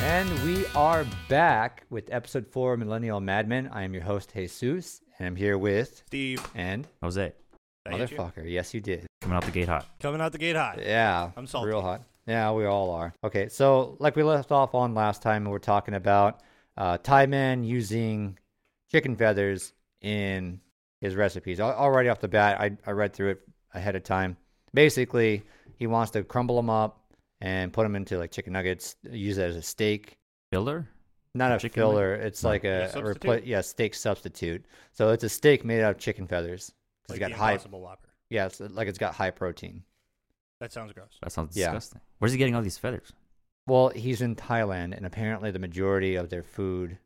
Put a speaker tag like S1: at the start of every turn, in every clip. S1: And we are back with episode four of Millennial Madmen. I am your host, Jesus, and I'm here with
S2: Steve,
S1: and
S3: Jose,
S2: I hit you.
S1: motherfucker. Yes, you did.
S3: coming out the gate hot.
S2: coming out the gate hot.
S1: Yeah.
S2: I'm salty.
S1: Real hot. Yeah, we all are. Okay, so like we left off on last time, we were talking about uh, Thai man using chicken feathers in his recipes. Al- Already off the bat, I, I read through it ahead of time. Basically, he wants to crumble them up and put them into like chicken nuggets, use it as a steak.
S3: Filler?
S1: not a
S3: chicken
S1: filler. It's like a,
S2: A
S1: a repla-
S2: substitute?
S1: yeah steak substitute. So it's a steak made out of chicken feathers. 'Cause
S2: Like
S1: it's got
S2: the
S1: high,
S2: Impossible Whopper.
S1: yeah, it's like it's got high protein.
S2: That sounds gross.
S3: That sounds
S1: Yeah.
S3: disgusting. Where's he getting all these feathers?
S1: Well, he's in Thailand, and apparently the majority of their food,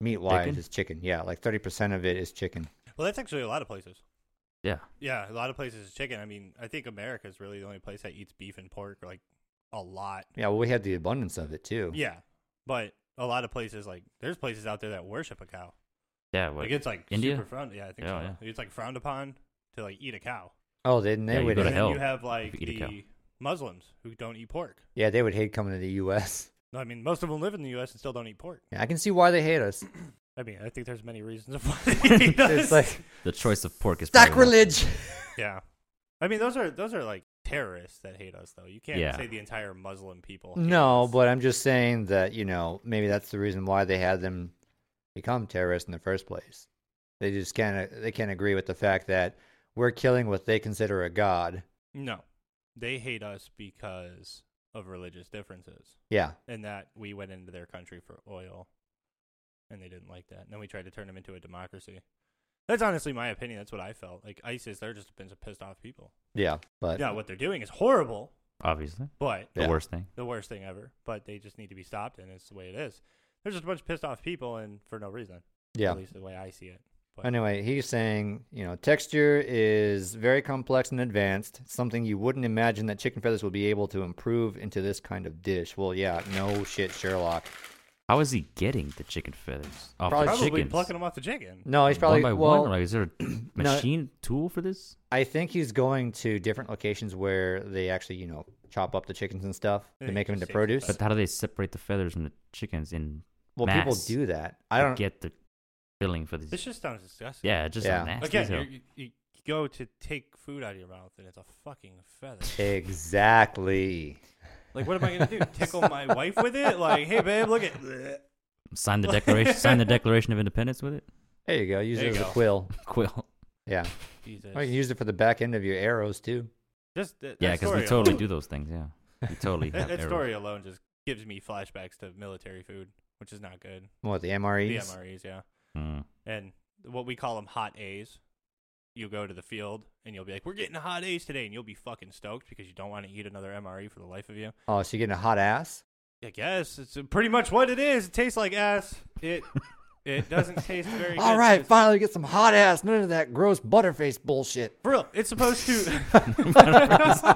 S1: meat wise,
S3: Chicken?
S1: is chicken. Yeah, like thirty percent of it is chicken.
S2: Well, that's actually a lot of places.
S3: Yeah.
S2: Yeah, a lot of places is chicken. I mean, I think America is really the only place that eats beef and pork like a lot.
S1: Yeah, well, we had the abundance of it too.
S2: Yeah, but a lot of places like there's places out there that worship a cow.
S3: Yeah. What?
S2: Like it's like
S3: India? Oh,
S2: super frowned. Yeah, I think
S3: Yeah,
S2: so. It's like frowned upon to like eat a cow.
S1: Oh, then they
S3: Yeah, you
S1: would.
S3: go to
S2: and then
S3: hell
S2: you have like
S3: if you eat a
S2: the Muslims who don't eat pork.
S1: Yeah, they would hate coming to the U.S.
S2: No, I mean most of them live in the U.S. and still don't eat pork.
S1: Yeah, I can see why they hate us.
S2: I mean, I think there's many reasons why they eat us.
S1: It's like
S3: the choice of pork is probably one of
S1: sacrilege.
S2: Yeah. I mean, those are those are like terrorists that hate us, though. You can't
S3: Yeah.
S2: say the entire Muslim people. hate
S1: No,
S2: us.
S1: but I'm just saying that, you know, maybe that's the reason why they had them become terrorists in the first place. They just can't they can't agree with the fact that we're killing what they consider a god.
S2: no, they hate us because of religious differences,
S1: Yeah.
S2: and that we went into their country for oil, and they didn't like that. And then we tried to turn them into a democracy. That's honestly my opinion. That's what I felt. Like ISIS, they're just a bunch of pissed off people.
S1: Yeah. But
S2: Yeah, what they're doing is horrible,
S3: Obviously.
S2: but
S3: The
S1: Yeah.
S3: worst thing.
S2: the worst thing ever. But they just need to be stopped, and it's the way it is. They're just a bunch of pissed off people, and for no reason.
S1: yeah.
S2: at least the way I see it. But
S1: Anyway, he's saying, you know, texture is very complex and advanced, something you wouldn't imagine that chicken feathers will be able to improve into this kind of dish. Well, yeah, no shit, Sherlock.
S3: How is he getting the chicken feathers off
S1: Probably-
S3: the
S2: probably
S3: chickens?
S2: plucking them off the chicken.
S3: Mm.
S1: No, he's probably
S3: one by
S1: well,
S3: one. Like, is there a machine tool for this?
S1: I think he's going to different locations where they actually, you know, chop up the chickens and stuff
S2: Yeah,
S1: to
S2: he
S1: make them
S2: just
S1: into
S2: takes
S1: produce.
S2: it
S3: But how do they separate the feathers from the chickens in
S1: well, people
S3: mass
S1: do that. I don't.
S3: get the filling for these?
S2: This just sounds disgusting.
S3: yeah, it's just
S1: Yeah.
S3: nasty as
S2: Again,
S3: hell.
S2: you're- you, you go to take food out of your mouth and it's a fucking feather.
S1: exactly.
S2: like, what am I gonna do? Tickle my wife with it? Like, hey babe, look at. Bleh.
S3: Sign the declaration. sign the Declaration of Independence with it.
S1: There you go. Use it
S2: There you
S1: as
S2: go.
S1: a quill.
S3: Quill.
S1: Yeah.
S2: Jesus.
S1: Or you can use it for the back end of your arrows too.
S2: just that,
S3: Yeah,
S2: that
S3: because we
S2: story
S3: totally
S2: alone-
S3: do those things. Yeah, we totally.
S2: That,
S3: have
S2: that
S3: arrows.
S2: story alone just gives me flashbacks to military food, which is not good.
S1: What the MREs?
S2: The MREs, yeah,
S3: Mm.
S2: and what we call them hot A's. You go to the field and you'll be like, "We're getting hot A's today," and you'll be fucking stoked because you don't want to eat another MRE for the life of you.
S1: Oh, so you're getting a hot ass?
S2: I guess it's pretty much what it is. It tastes like ass. It it doesn't taste very.
S1: All
S2: good.
S1: right,
S2: It's-
S1: finally get some hot ass. None of that gross butterface bullshit.
S2: For real, it's supposed to.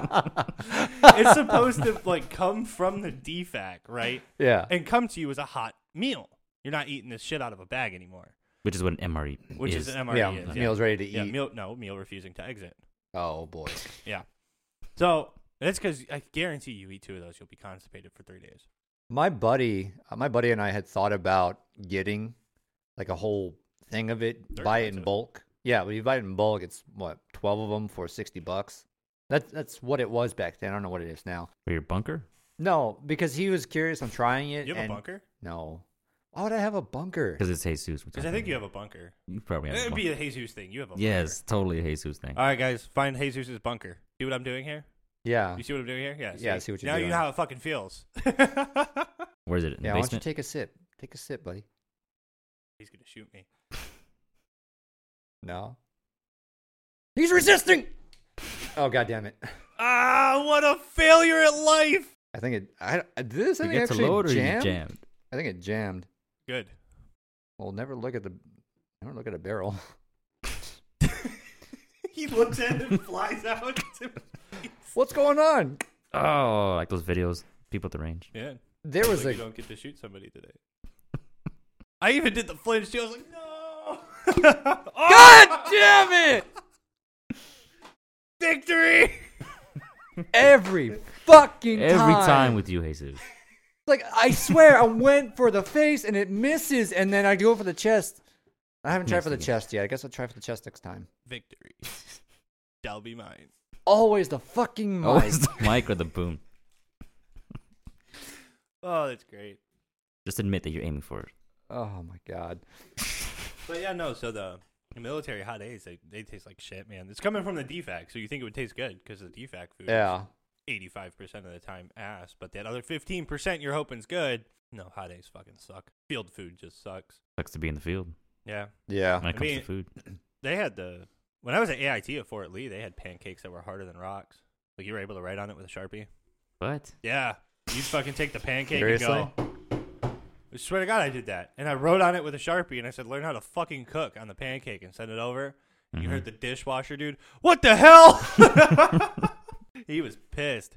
S2: it's supposed to like come from the defac, right?
S1: Yeah.
S2: And come to you as a hot meal. You're not eating this shit out of a bag anymore,
S3: Which is what an MRE
S2: which is, an MRE.
S1: yeah,
S2: E is,
S1: meal's ready to eat.
S2: yeah, meal. No, meal refusing to exit.
S1: oh boy.
S2: Yeah. So that's because I guarantee you eat two of those, you'll be constipated for three days.
S1: My buddy, uh, my buddy and I had thought about getting like a whole thing of it,
S2: They're
S1: buy it in
S2: expensive.
S1: bulk. Yeah, when you buy it in bulk, it's what twelve of them for sixty bucks. That's that's what it was back then. I don't know what it is now.
S3: for your bunker.
S1: No, because he was curious on trying it.
S2: You have
S1: and-
S2: a bunker?
S1: No. Why would I have a bunker?
S3: Because it's Jesus.
S2: Because I think you have a bunker.
S3: You probably have. a
S2: It'd
S3: bunker.
S2: be a Jesus thing. You have a bunker.
S3: yes, totally a Jesus thing.
S2: All right, guys, find Jesus's bunker. See what I'm doing here?
S1: Yeah.
S2: You see what I'm doing here? Yeah.
S1: Yeah, I see what you're
S2: now
S1: doing.
S2: you know how it fucking feels. He's gonna
S3: Where is it? In
S1: Yeah. Why don't you
S3: the basement.
S1: take a sip? Take a sip, buddy.
S2: shoot me.
S1: No. He's resisting. Oh god damn it!
S2: Ah, what a failure at life.
S1: I think it. I I- did this. I
S3: You
S1: think
S3: get to
S1: actually
S3: load or
S1: jammed.
S3: you jammed.
S1: I think it jammed.
S2: Good.
S1: Well, never look at the. Never look at a barrel.
S2: He looks at it and flies out.
S1: What's going on?
S3: Oh, like those videos. People at the range.
S2: yeah.
S1: There was
S2: like you
S1: a
S2: don't get to shoot somebody today. I even did the flinch too. I was like, no. oh,
S1: God damn it!
S2: victory.
S1: Every fucking
S3: Every
S1: time.
S3: time with you, Jesus.
S1: Like I swear, I went for the face and it misses, and then I go for the chest. I haven't tried
S3: Missed
S1: for the
S3: again.
S1: chest yet. I guess I'll try for the chest next time.
S2: Victory. Shall be mine.
S1: Always the fucking mic.
S3: Oh, it's the mic or the boom.
S2: Oh, that's great.
S3: Just admit that you're aiming for it.
S1: Oh my god.
S2: But yeah, no. So the, the military hot A's, they, they taste like shit, man. It's coming from the defact, so you think it would taste good because the defact food.
S1: Yeah.
S2: Eighty-five percent of the time, ass. But that other fifteen percent, you're hoping's good. No, hot A's fucking suck. Field food just sucks.
S3: Sucks to be in the field
S2: Yeah,
S1: Yeah.
S3: when it
S2: I
S3: comes
S2: mean-
S3: to food.
S2: they had the when I was at AIT at Fort Lee, they had pancakes that were harder than rocks. Like you were able to write on it with a sharpie.
S3: What?
S2: Yeah, you'd fucking take the pancake and
S1: Seriously?
S2: go. I swear to God, I did that, and I wrote on it with a sharpie, and I said, "Learn how to fucking cook on the pancake," and sent it over. You heard the dishwasher dude. What the hell? he was pissed.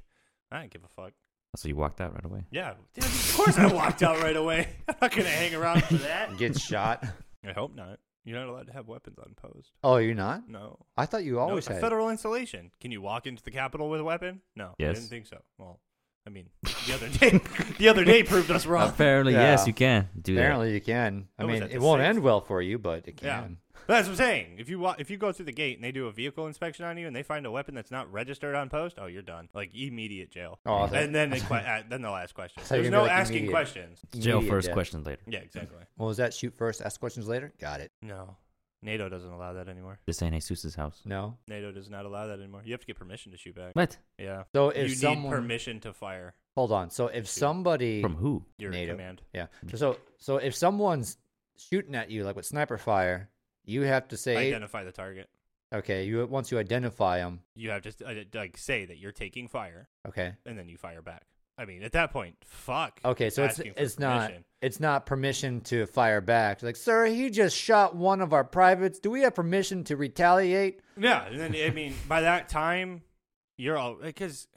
S2: I didn't give a fuck.
S3: So you walked out right away.
S2: Yeah, dude, of course I walked out right away. I'm not gonna hang around for that.
S1: Get shot.
S2: I hope not. You're not allowed to have weapons on post.
S1: Oh, you're not?
S2: No.
S1: I thought you
S2: No,
S1: always
S2: it's a
S1: had.
S2: federal installation. Can you walk into the Capitol with a weapon? No, I
S3: Yes.
S2: didn't think so. Well, I mean, the other day, the other day proved us wrong.
S3: Apparently,
S1: Yeah.
S3: yes, you can do
S1: Apparently you can. I
S2: What was
S1: mean,
S2: that,
S1: it
S2: the
S1: won't
S2: sixth?
S1: end well for you, but it
S2: Yeah.
S1: can.
S2: But that's what I'm saying. If you wa- if you go through the gate and they do a vehicle inspection on you and they find a weapon that's not registered on post, oh, you're done. Like immediate jail.
S1: Oh, I thought-
S2: and then they que- uh, then they'll ask questions.
S1: thought you
S2: There's
S1: were gonna
S2: no
S1: be like
S2: asking
S1: immediate.
S2: questions.
S3: that. Jail
S1: Immediate
S3: first,
S1: death.
S3: question later.
S2: Yeah, exactly.
S1: What was that? Shoot first, ask questions later? Got it.
S2: No, NATO doesn't allow that anymore.
S3: This ain't Jesus' house.
S1: No.
S2: NATO does not allow that anymore. You have to get permission to shoot back.
S3: What?
S2: Yeah.
S1: So
S2: You
S1: if
S2: need
S1: someone
S2: permission to fire.
S1: hold on. So if somebody
S3: From who?
S2: Your
S1: NATO.
S2: command. Mm-hmm.
S1: Yeah. So, so so if someone's shooting at you like with sniper fire, you have to say
S2: Identify the target.
S1: okay, you once you identify them,
S2: you have to uh, like say that you're taking fire
S1: okay.
S2: and then you fire back i mean at that point fuck
S1: Okay, so it's
S2: asking for
S1: it's not
S2: permission.
S1: it's not permission to fire back. Like, sir, he just shot one of our privates. Do we have permission to retaliate?
S2: yeah and then i mean by that time you're all because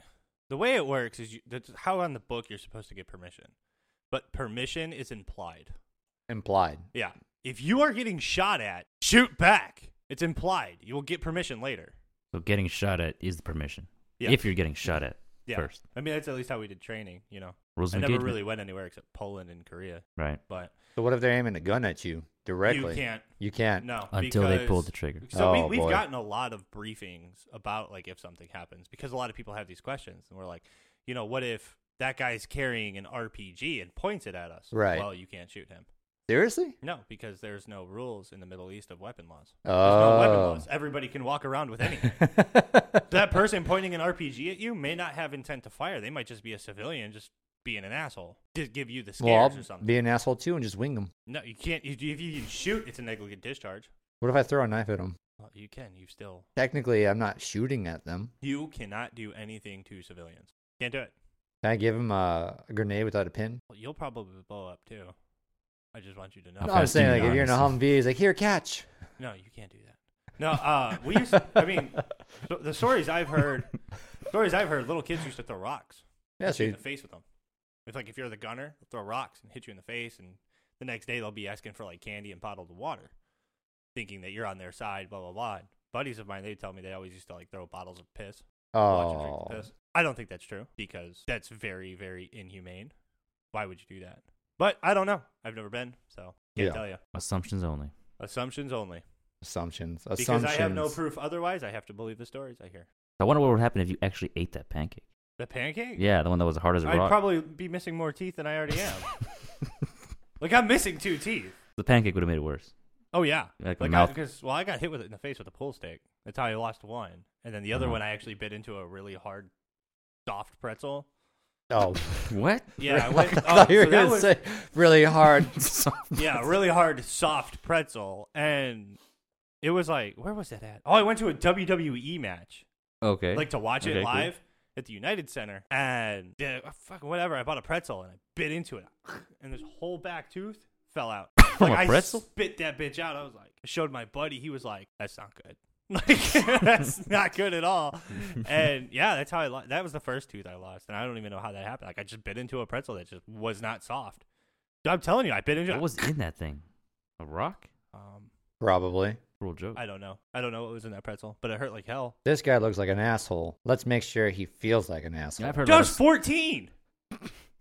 S2: the way it works is you, that's how on the book you're supposed to get permission but permission is implied
S1: Implied.
S2: yeah if you are getting shot at shoot back it's implied you will get permission later
S3: So getting shot at is the permission.
S2: Yeah.
S3: If you're getting shot at
S2: yeah
S3: first.
S2: i mean that's at least how we did training you know
S3: Rules
S2: i
S3: of
S2: never
S3: engagement.
S2: really went anywhere except poland and korea
S3: Right.
S2: but
S1: So what if they're aiming a gun at you directly?
S2: you can't
S1: You can't.
S2: No,
S3: Until they
S2: because-
S3: pulled the trigger.
S2: So
S1: Oh,
S2: we, we've
S1: boy.
S2: gotten a lot of briefings about like if something happens because a lot of people have these questions and we're like, you know, what if that guy's carrying an RPG and points it at us?
S1: Right.
S2: Well, you can't shoot him.
S1: Seriously?
S2: No, because there's no rules in the Middle East of weapon laws. There's
S1: Oh.
S2: no weapon laws. Everybody can walk around with anything. that person pointing an RPG at you may not have intent to fire. They might just be a civilian, just being an asshole, just give you the
S1: well,
S2: scares or
S1: I'll
S2: something.
S1: be an asshole too and just wing them.
S2: no, you can't. If you can shoot, it's a negligent discharge.
S1: What if I throw a knife at them?
S2: Well, you can. You still
S1: Technically, I'm not shooting at them.
S2: You cannot do anything to civilians. Can't do it.
S1: Can I give them a, a grenade without a pin?
S2: Well, you'll probably blow up too. I just want you to know.
S3: How
S1: No, I'm
S3: fast do
S1: saying
S3: you
S1: like if you're in a
S3: honestly-
S1: Humvee, he's like, here, catch.
S2: No, you can't do that. No, uh, we used. I mean, so- the stories I've heard, stories I've heard, little kids used to throw rocks.
S1: Yeah,
S2: Hit you
S1: so
S2: in the face with them. It's like if you're the gunner, they'll throw rocks and hit you in the face, and the next day they'll be asking for like candy and bottled water, thinking that you're on their side. Blah blah blah. And buddies of mine, they tell me they always used to like throw bottles of piss. watch and drink
S1: oh,
S2: the piss. I don't think that's true because that's very, very inhumane. Why would you do that? But I don't know. I've never been, so can't
S1: Yeah.
S2: tell you.
S3: Assumptions only.
S2: Assumptions only.
S1: assumptions,
S2: Because
S1: assumptions.
S2: I have no proof otherwise, I have to believe the stories I hear.
S3: I wonder what would happen if you actually ate that pancake.
S2: The pancake?
S3: Yeah, the one that was hard as a
S2: I'd
S3: rock.
S2: probably be missing more teeth than I already am. like I'm missing two teeth.
S3: the pancake would have made it worse.
S2: Oh yeah. Like
S3: Like, the mouth.
S2: because well, I got hit with it in the face with a pool stick. That's how I lost one. And then the other
S3: Uh-huh.
S2: one I actually bit into a really hard soft pretzel.
S1: Oh,
S3: what?
S2: Yeah,
S1: I
S2: I went, oh,
S1: thought you were
S2: so that
S1: gonna
S2: was-
S1: say really hard.
S2: yeah, a really hard soft pretzel, and it was like, where was that at? Oh, I went to a WWE match,
S3: okay.
S2: like to watch
S3: Okay,
S2: it
S3: cool.
S2: live at the United Center, and yeah, fuck whatever. I bought a pretzel and I bit into it, and this whole back tooth fell out.
S3: From
S2: Like,
S3: a pretzel?
S2: I spit that bitch out. I was like, I showed my buddy. He was like, that's not good. Like that's not good at all. And yeah, that's how I lost. That was the first tooth I lost, and I don't even know how that happened. Like I just bit into a pretzel that just was not soft. I'm telling you, I bit into. it.
S3: What was in that thing? A rock?
S2: Um,
S1: Probably.
S3: Cruel joke.
S2: I don't know. I don't know what was in that pretzel, but it hurt like hell.
S1: This guy looks like an asshole. Let's make sure he feels like an asshole.
S3: I've heard. a lot
S2: Just
S3: of-
S2: fourteen.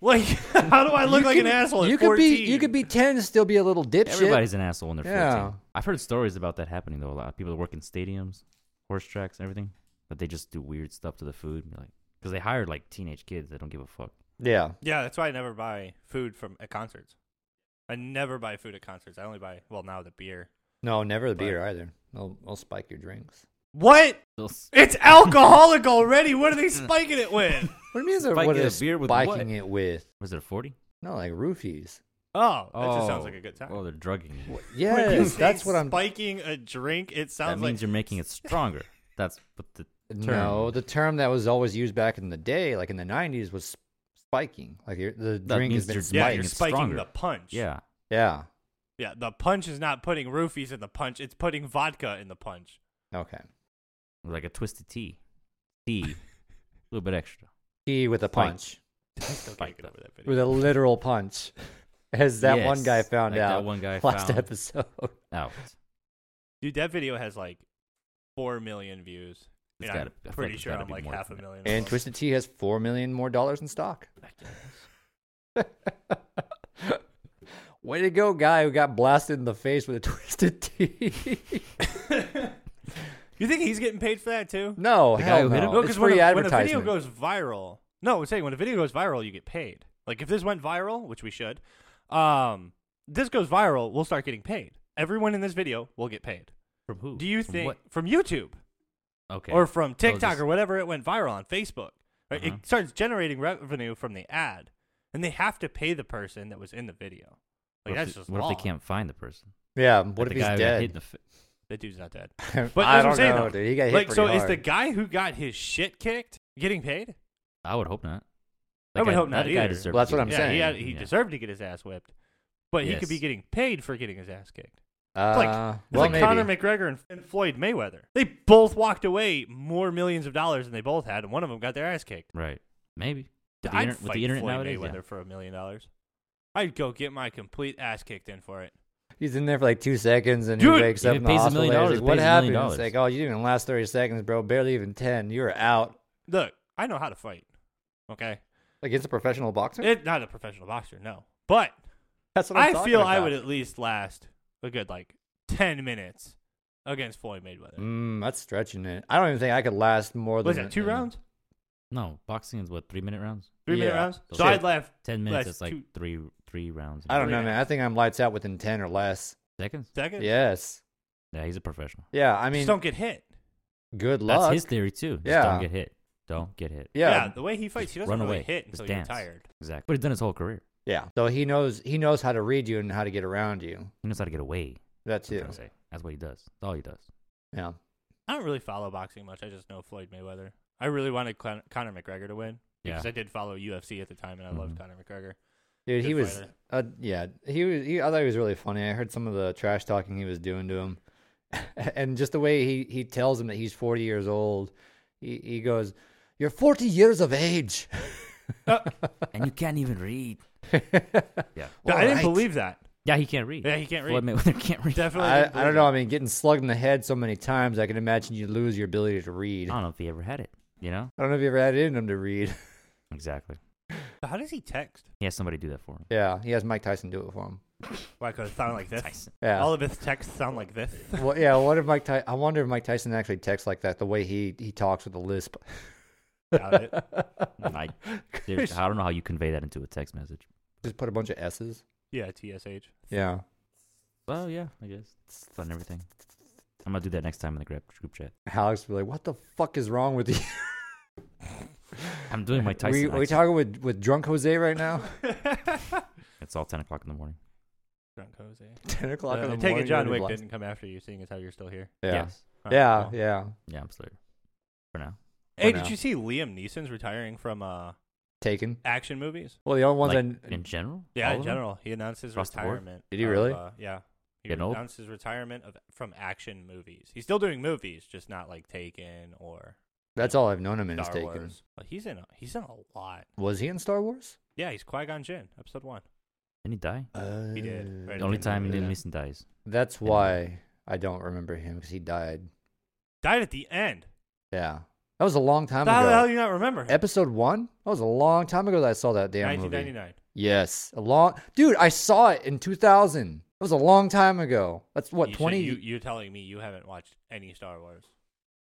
S2: Like, how do I look
S1: You
S2: like
S1: could-
S2: an asshole? at
S1: You could be
S2: 14?
S1: you could be ten and still be a little dipshit.
S3: Everybody's an asshole when they're
S1: Yeah.
S3: 14. I've heard stories about that happening though. A lot of people that work in stadiums, horse tracks, and everything, but they just do weird stuff to the food, and be like because they hired like teenage kids that don't give a fuck.
S1: Yeah.
S2: Yeah, that's why I never buy food from at concerts. I never buy food at concerts. I only buy well now the beer.
S1: No, never the
S2: But-
S1: beer either. I'll I'll spike your drinks.
S2: What?
S3: They'll s-
S2: It's alcoholic already. What are they spiking it with?
S1: What do you mean?
S3: Spike
S1: what
S3: a
S1: is
S3: beer with
S1: spiking
S3: what?
S1: it with?
S3: Was it a forty?
S1: No, like roofies.
S2: Oh, that just sounds like a good time.
S3: Oh, they're drugging you.
S2: When you
S1: Yes,
S2: say
S1: that's what I'm.
S2: spiking a drink. It
S3: That
S2: sounds
S3: means
S2: like
S3: you're making it stronger. That's what the term.
S1: No, the term that was always used back in the day, like in the '90s, was spiking. Like your, the
S3: That
S1: drink has
S3: means
S1: been
S3: you're-
S1: spiked.
S2: yeah,
S3: spiking
S2: you're
S3: it
S2: spiking
S3: stronger.
S2: the punch.
S3: yeah.
S1: Yeah.
S2: yeah. The punch is not putting roofies in the punch. It's putting vodka in the punch.
S1: Okay.
S3: like a twisted tea. Tea, a little bit extra.
S1: He with a
S3: Spike.
S1: punch,
S2: I still can't
S3: Spike
S2: get
S3: that.
S2: over that video.
S1: with a literal punch, as that one
S3: Yes,
S1: guy found
S3: like that
S1: out.
S3: one guy
S1: last
S3: found-
S1: episode.
S3: Out.
S2: Dude, that video has like four million views.
S3: It's
S2: and
S3: gotta- I feel
S2: I'm
S3: like
S2: pretty
S3: it's
S2: sure
S3: gotta
S2: I'm
S3: be
S2: like
S3: more
S2: half a
S3: than that.
S2: million.
S1: And
S2: above.
S1: Twisted Tea has four million more dollars in stock. Way to go, guy who got blasted in the face with a twisted tea.
S2: You think he's getting paid for that too?
S1: no,
S3: The guy
S1: hell
S3: who hit
S1: no.
S3: him?
S2: No,
S1: It's
S2: when,
S1: free
S2: a, when a video
S1: advertisement.
S2: goes viral, no, I'm saying when a video goes viral, you get paid. Like if this went viral, which we should, um, this goes viral, we'll start getting paid. Everyone in this video will get paid.
S3: From who?
S2: Do you
S3: From
S2: think
S3: what?
S2: from YouTube
S3: Okay.
S2: or from TikTok
S3: just-
S2: or whatever it went viral on Facebook? Right?
S3: Uh-huh.
S2: It starts generating revenue from the ad, and they have to pay the person that was in the video. Like
S3: what
S2: that's
S3: if,
S2: just
S3: they- what
S2: law.
S3: if they can't find the person?
S1: yeah, what if
S3: Like the guy
S1: he's
S3: who got hit in
S1: dead?
S3: the fa-
S2: That dude's not dead.
S1: but
S2: But
S1: I
S2: that's what
S1: don't
S2: I'm saying,
S1: know,
S2: though.
S1: dude. He got hit
S2: Like,
S1: pretty
S2: so
S1: hard.
S2: is the guy who got his shit kicked getting paid?
S3: I would hope not.
S2: I would hope not
S3: That guy
S2: either.
S3: deserved
S1: Well,
S3: to
S1: that's what
S3: get
S1: I'm
S2: yeah,
S3: it.
S1: saying.
S2: he had, he
S3: Yeah.
S2: deserved to get his ass whipped, but he could be
S3: Yes.
S2: getting paid for getting his ass kicked.
S1: uh,
S2: like- It's
S1: well,
S2: like
S1: maybe.
S2: Conor McGregor and, and Floyd Mayweather. They both walked away more millions of dollars than they both had, and one of them got their ass kicked.
S3: Right. Maybe. With the,
S2: I'd
S3: inter- with
S2: fight
S3: the internet
S2: Floyd
S3: nowadays.
S2: Mayweather
S3: Yeah.
S2: for a million dollars. I'd go get my complete ass kicked in for it.
S1: he's in there for like two seconds and
S2: Dude,
S1: he wakes
S3: if
S1: up
S3: it
S1: in the
S3: pays a
S1: hospital.
S3: million
S1: later,
S3: dollars,
S1: he's
S3: it
S1: like, what
S3: pays a million
S1: happened? It's like,
S3: dollars.
S1: oh, you didn't even last 30 seconds, bro. Barely even 10. You're out.
S2: Look, I know how to fight. Okay,
S1: Against a professional boxer?
S2: it, not a professional boxer, no, but
S1: That's what I'm
S2: I
S1: talking
S2: feel I
S1: about.
S2: would at least last a good like ten minutes against Floyd Mayweather.
S1: Mm, that's stretching it. I don't even think I could last more than
S2: Was that two
S1: than-
S2: rounds?
S3: No, boxing is what three minute rounds,
S2: Three minute
S1: Yeah.
S2: rounds? So
S3: Shit.
S2: I'd laugh
S3: ten minutes.
S2: That's
S3: It's like
S2: two-
S3: three three rounds.
S1: I don't
S2: Three
S1: know, man. I think I'm lights out within ten or less.
S3: seconds.
S2: second.
S1: Yes.
S3: Yeah, he's a professional.
S1: Yeah. I
S2: just
S1: mean,
S2: don't get hit.
S1: good
S3: That's
S1: luck.
S3: his theory too. Just
S1: Yeah.
S3: don't get hit. Don't get hit.
S2: Yeah.
S1: yeah.
S2: the way he fights, he
S3: Just
S2: doesn't
S3: run
S2: really
S3: away.
S2: hit
S3: Just
S2: until you're
S3: dance.
S2: tired.
S3: Exactly. But he's done his whole career.
S1: Yeah. So he knows he knows how to read you and how to get around you.
S3: He knows how to get away.
S1: That
S3: that's what I'm
S1: too.
S3: trying to say. That's what he does. That's all he does.
S1: Yeah.
S2: I don't really follow boxing much. I just know Floyd Mayweather. I really wanted Con- Conor McGregor to win because
S3: Yeah.
S2: I did follow UFC at the time, and I loved
S3: Mhm.
S2: Conor McGregor.
S1: Dude, he
S2: Good
S1: was.
S2: fighter.
S1: Uh, yeah. He was. He, I thought he was really funny. I heard some of the trash talking he was doing to him, and just the way he he tells him that he's forty years old. He he goes, "You're forty years of age."
S3: and you can't even read. Yeah.
S2: Yeah, I didn't
S1: Alright.
S2: believe that.
S3: Yeah, he can't read.
S2: Yeah, he can't
S3: Floyd
S2: read.
S3: Mayweather can't read.
S2: Definitely.
S1: I,
S2: didn't
S1: I don't
S2: believe
S1: know.
S2: it.
S1: I mean, getting slugged in the head so many times, I can imagine you lose your ability to read.
S3: I
S2: Uh-huh.
S3: don't know if he ever had it. You know?
S1: I don't know if you ever had it in him to read.
S3: Exactly.
S2: How does he text?
S3: He has somebody do that for him.
S1: yeah, he has Mike Tyson do it for him.
S2: Why could it sound like this?
S3: Tyson.
S1: Yeah.
S2: All of his texts sound like this.
S1: well, yeah. What if Mike? Ty- I wonder if Mike Tyson actually texts like that. The way he he talks with a lisp.
S2: Doubt it.
S3: I, seriously, I don't know how you convey that into a text message.
S1: Just put a bunch of s's.
S2: Yeah, tsh.
S1: Yeah.
S3: Well, yeah, I guess. It's fun everything. I'm going to do that next time in the group, group chat.
S1: Alex would be like, "What the fuck is wrong with you?
S3: I'm doing my
S1: Are we,
S3: Tyson.
S1: are we
S3: accent.
S1: talking with with drunk Jose right now?
S3: it's all 10 o'clock in the morning.
S2: Drunk Jose.
S1: Ten o'clock
S2: Uh,
S1: in the
S2: I
S1: morning.
S2: take it John
S1: you're
S2: Wick
S1: gonna be
S2: didn't come after you, seeing as how you're still here.
S1: blasted. Yeah.
S3: Yes.
S2: All right,
S1: Yeah.
S2: cool.
S1: yeah.
S3: Yeah, I'm slurred. For now.
S2: Hey,
S1: For now.
S2: did you see Liam Neeson's retiring from uh,
S1: Taken.
S2: action movies?
S1: Well, the only ones
S3: Like,
S1: I
S3: in general?
S2: Yeah,
S3: All
S2: in
S3: of them?
S2: general, he announced his
S3: Across the board?
S2: retirement.
S1: Did he
S2: of,
S1: really?
S2: uh, yeah, he
S3: Getting old?
S2: announced his retirement of from action movies. He's still doing movies, just not like Taken or
S1: that's all I've known him in is
S2: Star
S1: Taken.
S2: Wars. But he's in a, he's in a lot.
S1: Was he in Star Wars?
S2: Yeah, he's Qui Gon Jinn, Episode One.
S3: Didn't he die?
S1: Uh,
S2: He did. Right
S3: The only
S2: didn't
S3: time
S2: really
S3: Liam
S2: die.
S3: Neeson dies.
S1: That's
S3: And-
S1: why I don't remember him because he died.
S2: Died at the end.
S1: Yeah. That was a long time
S2: How the
S1: ago.
S2: hell do you not remember? him?
S1: Episode one? That was a long time ago that I saw that damn movie.
S2: 1999.
S1: Yes, a long dude. I saw it in 2000. That was a long time ago. That's what
S2: You- so
S1: 20.
S2: You, you're telling me you haven't watched any Star Wars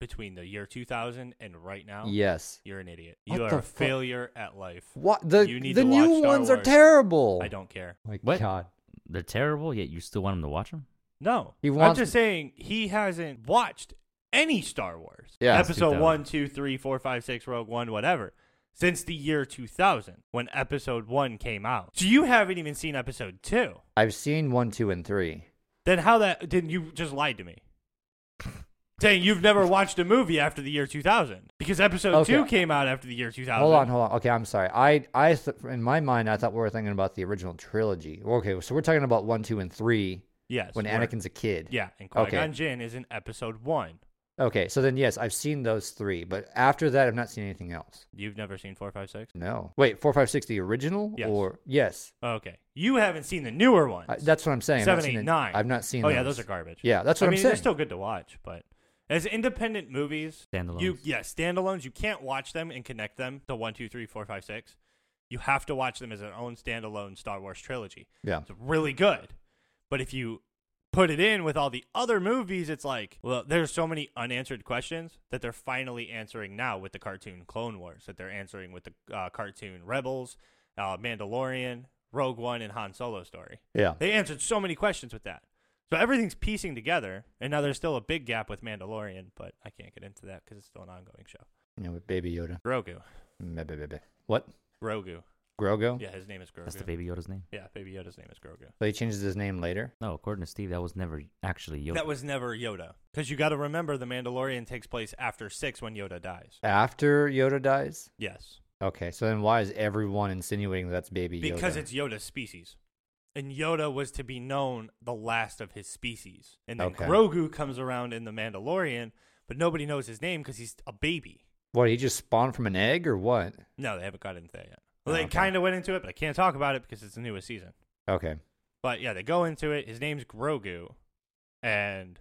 S2: between the year 2000 and right now?
S1: yes.
S2: You're an idiot.
S1: What
S2: You
S1: the
S2: are a
S1: fu-
S2: failure at life.
S1: What the
S2: You need
S1: the
S2: to
S1: new
S2: watch Star
S1: ones are
S2: Wars.
S1: terrible.
S2: I don't care.
S1: My
S3: What?
S1: God.
S3: They're terrible, yet you still want them to watch them.
S2: No.
S1: He wants-
S2: I'm just saying he hasn't watched any Star Wars.
S1: Yeah.
S2: Episode
S3: 2000.
S2: one, two, three, four, five, six, Rogue One, whatever. Since the year 2000 when episode 1 came out. So you haven't even seen episode 2.
S1: I've seen one, two, and three.
S2: Then how that then you just lied to me. Saying you've never watched a movie after the year 2000 because episode
S1: Okay.
S2: 2 came out after the year 2000.
S1: Hold on, hold on. Okay, I'm sorry. I, I, th- in my mind, I thought we were thinking about the original trilogy. Okay, so we're talking about one, two, and three
S2: Yes.
S1: when
S2: we're-
S1: Anakin's a kid.
S2: Yeah, and
S1: Okay.
S2: Qui-Gon Jinn is in episode 1.
S1: Okay, so then yes, I've seen those three, but after that, I've not seen anything else.
S2: You've never seen four, five, six.
S1: No. Wait, four, five, six, the original,
S2: Yes.
S1: or yes,
S2: Okay. You haven't seen the newer ones.
S1: I, that's what I'm saying. I've not
S2: Seven,
S1: seen
S2: eight,
S1: it-
S2: nine.
S1: I've not seen.
S2: Oh yeah, those are garbage.
S1: Yeah, that's what
S2: I
S1: I'm
S2: mean,
S1: saying.
S2: They're still good to watch, but as independent movies, you
S3: Standalones.
S2: yeah standalones, you can't watch them and connect them to one, two, three, four, five, six. You have to watch them as their own standalone Star Wars trilogy.
S1: Yeah.
S2: It's really good, but if you put it in with all the other movies, it's like well, there's so many unanswered questions that they're finally answering now with the cartoon Clone Wars, that they're answering with the uh, cartoon Rebels, uh, Mandalorian, Rogue One, and Han Solo story.
S1: Yeah.
S2: They answered so many questions with that. So everything's piecing together, and now there's still a big gap with Mandalorian, but I can't get into that because it's still an ongoing show.
S1: You know, with Baby Yoda.
S2: Grogu,
S1: Meh, beh, beh, beh. What?
S2: Grogu,
S1: Grogo?
S2: yeah, his name is Grogu.
S3: That's the baby Yoda's name.
S2: yeah, Baby Yoda's name is Grogu.
S1: So he changes his name later.
S3: No, according to Steve, that was never actually Yoda.
S2: That was never Yoda, because you got to remember the Mandalorian takes place after six when Yoda dies.
S1: After Yoda dies?
S2: Yes,
S1: Okay, so then why is everyone insinuating that's Baby Yoda?
S2: because it's Yoda's species, and Yoda was to be known the last of his species, and then
S1: Okay.
S2: Grogu comes around in the Mandalorian, but nobody knows his name because he's a baby.
S1: What, he just spawned from an egg or what?
S2: No, they haven't got into that yet. Well,
S1: Oh,
S2: they
S1: okay.
S2: kind of went into it, but I can't talk about it because it's the newest season.
S1: Okay.
S2: But yeah, they go into it. His name's Grogu, and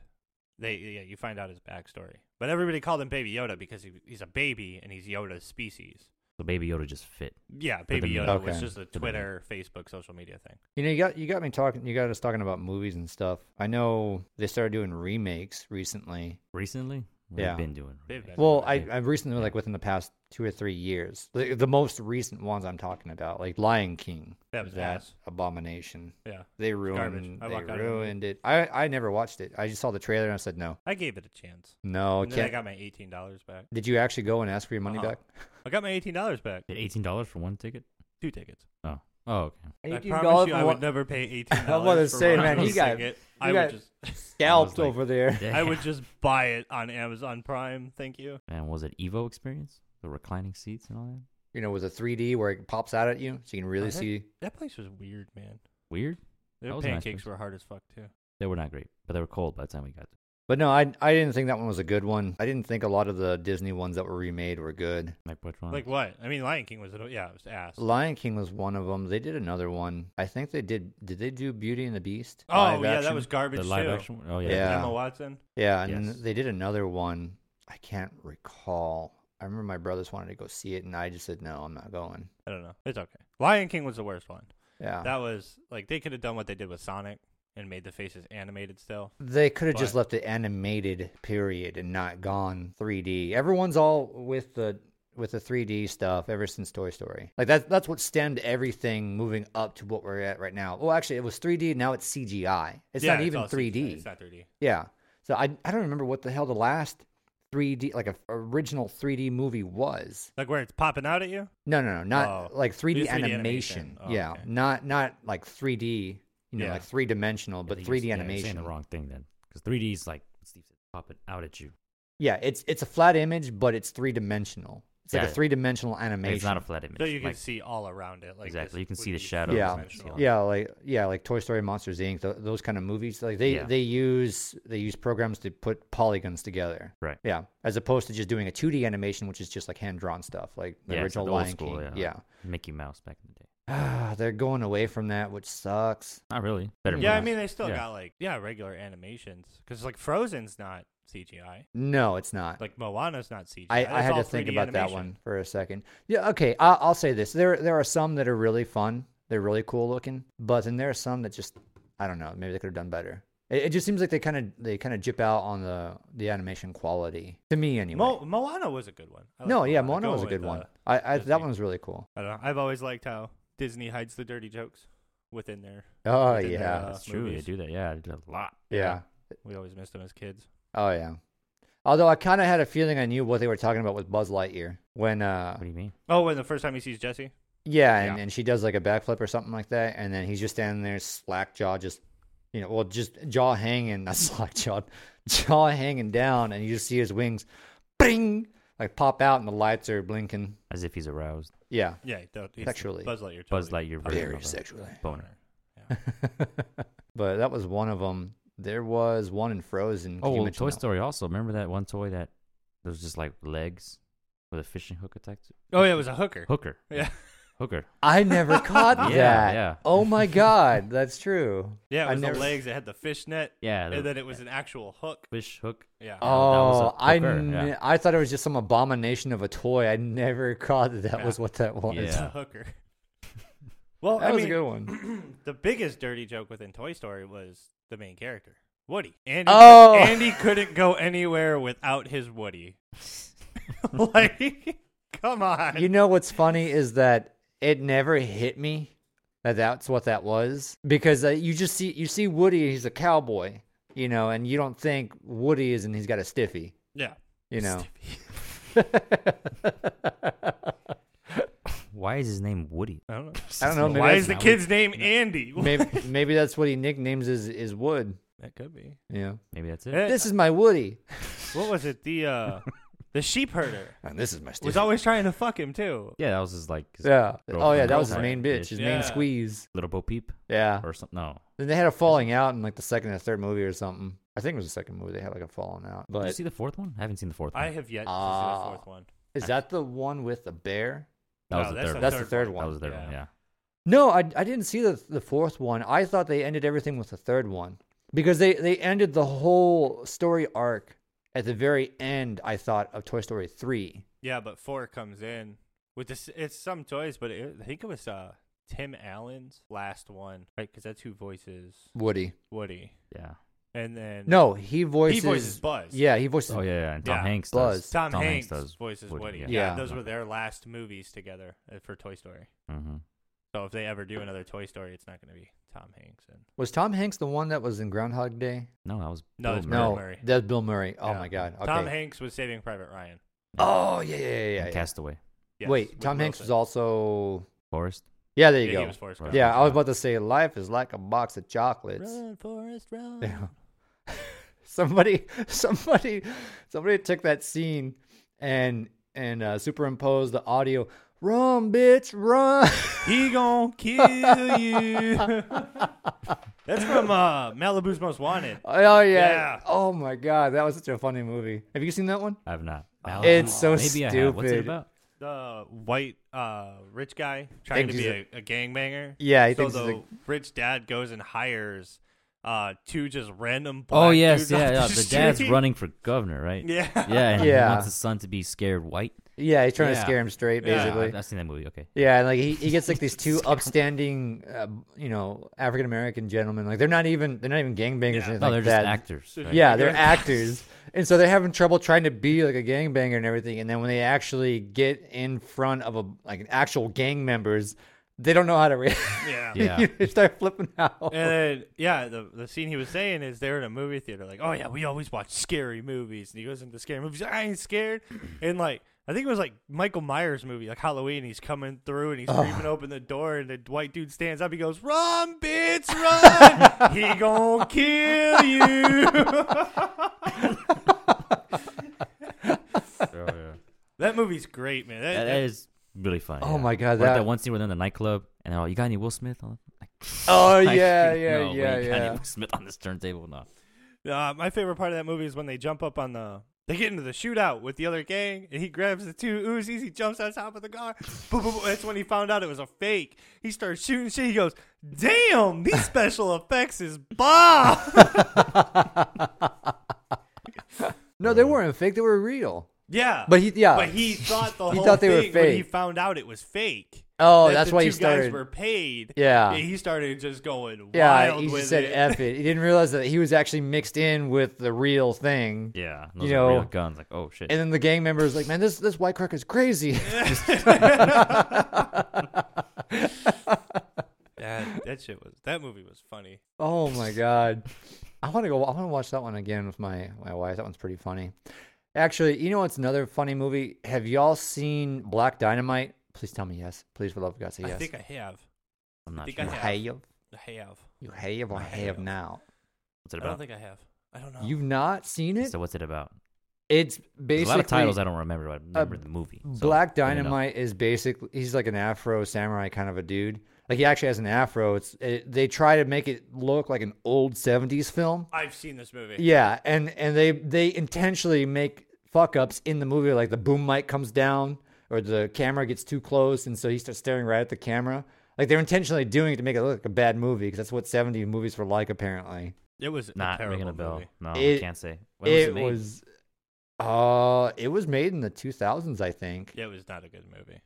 S2: they yeah, you find out his backstory. But everybody called him Baby Yoda because he, he's a baby and he's Yoda's species.
S3: so baby Yoda just fit.
S2: Yeah, Baby
S3: name.
S2: Yoda was
S1: Okay.
S2: just a
S3: the
S2: Twitter, Facebook, social media thing.
S1: You know, you got you got me talking. You got us talking about movies and stuff. I know they started doing remakes recently.
S3: Recently, we've
S1: Yeah.
S3: been doing.
S2: They've been.
S1: Well, I I recently like within the past two or three years, the, the most recent ones I'm talking about, like Lion King.
S2: That was ass.
S1: abomination.
S2: Yeah,
S1: They
S2: garbage.
S1: ruined.
S2: I
S1: They
S2: walked out of the movie.
S1: ruined it. I I never watched it. I just saw the trailer and I said no,
S2: I gave it a chance.
S1: no.
S2: And then I
S1: Can't.
S2: got my eighteen dollars back.
S1: Did you actually go and ask for your money
S2: Uh-huh.
S1: back?
S2: I got my eighteen dollars back.
S3: Did eighteen dollars for one ticket.
S2: Two tickets.
S3: Oh, oh, okay.
S2: I promise you, I would never pay eighteen dollars.
S1: to say, man,
S2: you
S1: you got-
S2: it.
S1: you
S2: I
S1: got-
S2: would just.
S1: scalped
S3: like-
S1: over there.
S2: I would just buy it on Amazon Prime. Thank you.
S3: And was it Evo experience? The reclining seats and all that.
S1: You know, with a 3D where it pops out at you, so you can really
S2: I heard-
S1: see.
S2: Oh, That place was weird, man.
S3: Weird.
S2: Their
S3: That was a nice
S2: pancakes
S3: place.
S2: were hard as fuck too.
S3: They were not great, but they were cold by the time we got there.
S1: But no, I I didn't think that one was a good one. I didn't think a lot of the Disney ones that were remade were good.
S3: Like which one?
S2: Like what? I mean, Lion King was yeah, it was ass.
S1: Lion King was one of them. They did another one. I think they did. Did they do Beauty and the Beast?
S2: oh
S1: Live
S2: yeah, that
S1: action?
S2: was
S3: the
S2: garbage
S3: live
S2: too.
S3: action. one? Oh yeah.
S1: Yeah.
S2: Emma Watson.
S1: Yeah, and
S3: Yes.
S1: then they did another one. I can't recall. I remember my brothers wanted to go see it, and I just said no, I'm not going.
S2: I don't know. It's okay. Lion King was the worst one.
S1: Yeah,
S2: That was like they could have done what they did with Sonic and made the faces animated still.
S1: they could have just
S2: but-
S1: left it animated, period, and not gone 3D. Everyone's all with the with the 3D stuff ever since Toy Story. Like that's that's what stemmed everything moving up to what we're at right now. Well, actually, it was 3D. Now it's CGI. It's
S2: Yeah,
S1: not even
S2: all
S1: 3D.
S2: CGI. It's not 3D.
S1: Yeah. So I I don't remember what the hell the last 3D like a original 3D movie was.
S2: Like where it's popping out at you.
S1: No, no, no, not
S2: Oh.
S1: like 3D,
S2: Just 3D
S1: animation.
S2: animation. Oh,
S1: yeah,
S2: okay.
S1: not not like 3D, you know,
S2: Yeah.
S1: like three dimensional,
S3: Yeah,
S1: but
S3: they
S1: 3D
S3: used- yeah, you're saying
S1: animation.
S3: the wrong thing then, because 3D is like what Steve said, pop it out at you.
S1: Yeah, it's it's a flat image, but it's three dimensional. It's like
S3: Yeah.
S1: a three dimensional
S3: Like,
S1: animation.
S3: it's not a flat image.
S2: So you can
S3: like,
S2: see all around it. Like
S3: Exactly.
S2: this
S3: You can see
S2: would
S3: the
S2: be
S3: shadows
S1: Yeah.
S2: three
S1: and
S2: dimensional.
S3: all
S1: yeah, like yeah, like Toy Story, Monsters Inc. Th- those kind of movies. Like they
S3: Yeah.
S1: they use they use programs to put polygons together.
S3: Right.
S1: Yeah, as opposed to just doing a 2D animation, which is just like hand drawn stuff, like the
S3: Yeah, it's
S1: original
S3: like the old
S1: Lion
S3: school,
S1: King.
S3: yeah.
S1: Yeah.
S3: Mickey Mouse back in the day.
S1: Ah, they're going away from that, which sucks.
S3: Not really. Better.
S2: Yeah, I
S3: movies.
S2: mean they still
S3: Yeah.
S2: got like yeah regular animations because like Frozen's not CGI.
S1: No, it's not.
S2: Like Moana's not CGI.
S1: I, I
S2: That's
S1: had
S2: all
S1: to think
S2: 3D
S1: about that
S2: animation.
S1: one for a second. Yeah, okay. I, I'll say this: there there are some that are really fun, they're really cool looking, but then there are some that just I don't know. Maybe they could have done better. It, it just seems like they kind of they kind of jip out on the the animation quality to me anyway.
S2: Mo- Moana was a good one. I like
S1: no, yeah, Moana
S2: Go
S1: was a
S2: with,
S1: good one.
S2: uh,
S1: I, I
S2: Disney.
S1: that one was really cool.
S2: I don't know. I've always liked how Disney hides the dirty jokes within their.
S1: Oh
S2: Within the,
S1: yeah,
S2: uh,
S3: That's true. They
S2: movies.
S3: do that. Yeah, they do a lot.
S1: yeah,
S2: We always missed them as kids.
S1: oh yeah. Although I kind of had a feeling I knew what they were talking about with Buzz Lightyear when uh
S3: What do you mean?
S2: Oh, when the first time he sees Jesse.
S1: Yeah, and,
S2: Yeah.
S1: and she does like a backflip or something like that, and then he's just standing there, slack jaw, just you know, well, just jaw hanging, not slack jaw, jaw hanging down, and you just see his wings, bing, like pop out, and the lights are blinking.
S3: As if he's aroused.
S1: Yeah,
S2: Yeah, he- he's
S1: Sexually.
S2: Buzz Lightyear. Totally.
S3: Buzz Lightyear version
S1: Very
S3: of a
S1: sexually.
S3: boner.
S1: but that was one of them. There was one in Frozen. 'cause
S3: Oh,
S1: you
S3: well,
S1: mentioned
S3: Toy
S1: that.
S3: Story also. Remember that one toy that there was just like legs with a fishing hook attached?
S2: Oh yeah, it was a hooker.
S3: Hooker.
S2: Yeah,
S3: Hooker.
S1: I never caught
S3: Yeah,
S1: that.
S3: yeah.
S1: Oh my god, that's true.
S2: yeah. It
S1: I
S2: was
S1: never-
S2: the legs. It had the fishnet,
S3: Yeah.
S2: and then it was an actual hook.
S3: fish hook.
S2: Yeah.
S3: was a
S1: Oh, I
S3: hooker,
S1: kn-
S3: yeah.
S1: I thought it was just some abomination of a toy. I never caught that. That
S2: Yeah.
S1: was what that was.
S2: It's
S3: Yeah.
S2: a hooker. Well,
S1: That
S2: I
S1: was
S2: mean,
S1: a good one.
S2: the biggest dirty joke within Toy Story was the main character, Woody. Andy,
S1: Oh!
S2: Andy couldn't go anywhere without his Woody. like, come on.
S1: You know what's funny is that it never hit me that that's what that was because uh, you just see you see Woody, he's a cowboy, you know, and you don't think Woody is and he's got a stiffy,
S2: yeah.
S1: you know.
S3: Why is his name Woody?
S2: I don't know.
S1: I don't know. Maybe
S2: Why
S1: that's-
S2: is the kid's name Andy?
S1: maybe maybe that's what he nicknames is is Wood.
S2: that could be.
S1: Yeah.
S3: Maybe that's it.
S2: Eh,
S1: This is my Woody.
S2: what was it? The uh, the sheep herder
S1: And this is my stiffy.
S2: was always trying to fuck him too.
S3: Yeah, that was his like his
S1: yeah. Oh yeah, that was his
S3: Girlfriend.
S1: main bitch, his
S2: Yeah.
S1: main squeeze.
S3: little Bo Peep
S1: Yeah.
S3: or something. No.
S1: Then they had a falling out in like the second or third movie or something. I think it was the second movie they had like a falling out.
S3: Did you
S1: But
S3: see the fourth one? I haven't seen the fourth one.
S2: I have yet to
S1: Ah.
S2: see the fourth one.
S1: is that the one with the bear?
S3: that
S2: No,
S3: was the
S2: that's
S3: third.
S2: the
S3: one.
S1: That's the third one.
S3: That was the third
S2: Yeah.
S3: one. Yeah.
S1: No, I, I didn't see the the fourth one. I thought they ended everything with the third one because they they ended the whole story arc at the very end. I thought of Toy Story three.
S2: Yeah, but four comes in with this. It's some toys, but it, I think it was uh Tim Allen's last one, right? Because that's who voices
S1: Woody.
S2: Woody,
S3: Yeah.
S2: and then
S1: No, he voices.
S2: he voices Buzz.
S1: Yeah, he voices.
S3: Oh yeah, yeah. And Tom
S2: Yeah.
S3: Hanks
S1: Buzz.
S3: does.
S2: Tom, Hanks,
S3: does
S2: voices Woody. Yeah.
S1: Yeah.
S2: those were their last movies together uh, for Toy Story.
S3: Mm-hmm.
S2: So if they ever do another Toy Story, it's not going to be Tom Hanks and
S1: Was Tom Hanks the one that was in Groundhog Day?
S3: No, that was
S2: No,
S3: Bill
S2: it's
S3: Murray.
S2: Bill
S1: no,
S2: Murray.
S1: that's Bill Murray. Oh
S2: Yeah.
S1: my God. Okay.
S2: Tom Hanks was Saving Private Ryan.
S1: Oh yeah, yeah, yeah. yeah,
S3: and
S1: yeah.
S3: Castaway.
S2: Yes,
S1: Wait,
S2: with
S1: Tom Hanks was
S2: Wilson.
S1: also.
S3: Forrest.
S1: Yeah, there you
S2: Yeah,
S1: go.
S2: He was Forrest Gump.
S3: Right.
S1: yeah, I was about to say life is like a box of chocolates.
S2: Run, Forrest, run.
S1: Yeah. somebody somebody somebody took that scene and and uh, superimposed the audio run bitch run
S2: He gonna kill you. That's from uh, Malibu's Most Wanted.
S1: oh yeah.
S2: Yeah.
S1: oh my god that was such a funny movie have you seen that one
S3: I have not.
S1: Oh, It's so
S3: Maybe I have. What's it
S1: stupid.
S3: about?
S2: The white uh, rich guy trying to
S1: Thinks
S2: be a,
S1: he's
S2: a gangbanger.
S1: yeah he
S2: so
S1: thinks
S2: the
S1: it's
S2: rich dad goes and hires uh, two just random. Black
S3: Oh yes,
S2: dudes off
S3: yeah, yeah.
S2: The,
S3: The, dad's
S2: street.
S3: running for governor, right?
S2: Yeah.
S3: Yeah, and
S1: Yeah.
S3: he wants his son to be scared white.
S1: a, yeah he's trying to
S3: Yeah.
S1: scare him straight
S2: Yeah.
S1: basically
S3: I've, I've seen that movie. Okay.
S1: Yeah, and like he, he gets like these two upstanding, uh, you know, African American gentlemen. Like they're not even they're not even gangbangers.
S2: Yeah.
S1: or anything
S3: No, they're
S1: like
S3: just
S1: that.
S3: actors. right?
S1: Yeah, they're
S2: They're-
S1: actors. And so they're having trouble trying to be like a gangbanger and everything. And then when they actually get in front of a like actual gang members, they don't know how to react.
S2: Yeah.
S3: Yeah.
S1: they start flipping out.
S2: And then, yeah, the, the scene he was saying is they're in a movie theater. Like, oh, yeah, we always watch scary movies. And he goes into scary movies. I ain't scared. And, like, I think it was like Michael Myers' movie, like Halloween. He's coming through and he's creeping open the door, and the white dude stands up. He goes, Run, bitch, run. he gonna kill you. that movie's great, man. That,
S3: That- Oh, that is really funny.
S1: Oh
S3: yeah.
S1: my God,
S3: Or that...
S1: that-
S3: one scene where they're in the nightclub and they're all, you got any Will Smith? I'm like,
S1: Oh,
S3: like,
S1: yeah, yeah,
S3: no, we
S1: yeah,
S3: ain't
S1: yeah.
S3: Got any Will Smith on this turntable? No.
S2: Uh, my favorite part of that movie is when they jump up on the. They get into the shootout with the other gang, and he grabs the two Uzis. He jumps on top of the car. Boom, boom, boom. That's when he found out it was a fake. He starts shooting shit. He goes, "Damn, these special effects is bomb."
S1: No, they weren't fake. They were real.
S2: Yeah,
S1: But he, yeah,
S2: but he thought the
S1: He
S2: whole
S1: thought they were
S2: thing when he
S1: fake.
S2: found out it was fake.
S1: oh,
S2: that
S1: that's
S2: the
S1: why
S2: two
S1: he started.
S2: Guys were paid.
S1: Yeah.
S2: he started just going
S1: yeah,
S2: wild
S1: he
S2: with
S1: just said
S2: it.
S1: "f it." He didn't realize that he was actually mixed in with the real thing.
S3: Yeah, and
S1: You
S3: those are real
S1: know,
S3: guns. Like, oh shit.
S1: And then the gang member was like, "Man, this this white cracker is crazy."
S2: that, that shit was that movie was funny.
S1: Oh my god. I want to go I want to watch that one again with my my wife. That one's pretty funny. Actually, you know what's another funny movie? Have y'all seen Black Dynamite? Please tell me yes. Please for love of God say yes.
S2: I think I have.
S3: I'm not
S2: think
S3: sure.
S2: I have.
S1: have.
S2: I have.
S1: You have or
S2: I
S1: have
S2: have.
S1: now.
S3: What's it
S2: I don't
S3: about?
S2: think I have. I don't know.
S1: Oh. You've not seen it?
S3: So what's it about?
S1: It's
S3: There's
S1: basically
S3: a lot of titles I don't remember. but I remember the movie. so
S1: Black
S3: I don't know.
S1: Dynamite is basically he's like an Afro samurai kind of a dude. Like he actually has an Afro. It's it, they try to make it look like an old '70s film,
S2: I've seen this movie.
S1: Yeah, and and they they intentionally make fuck ups in the movie, like the boom mic comes down or the camera gets too close, and so he starts staring right at the camera. Like they're intentionally doing it to make it look like a bad movie because that's what seventy movies were like apparently.
S2: It was
S3: Not
S2: a terrible
S3: ringing a bell.
S2: movie.
S3: No,
S1: It-
S3: I can't say.
S1: it
S3: made?
S1: was, uh, it was made in the two thousands, I think.
S2: It was not a good movie.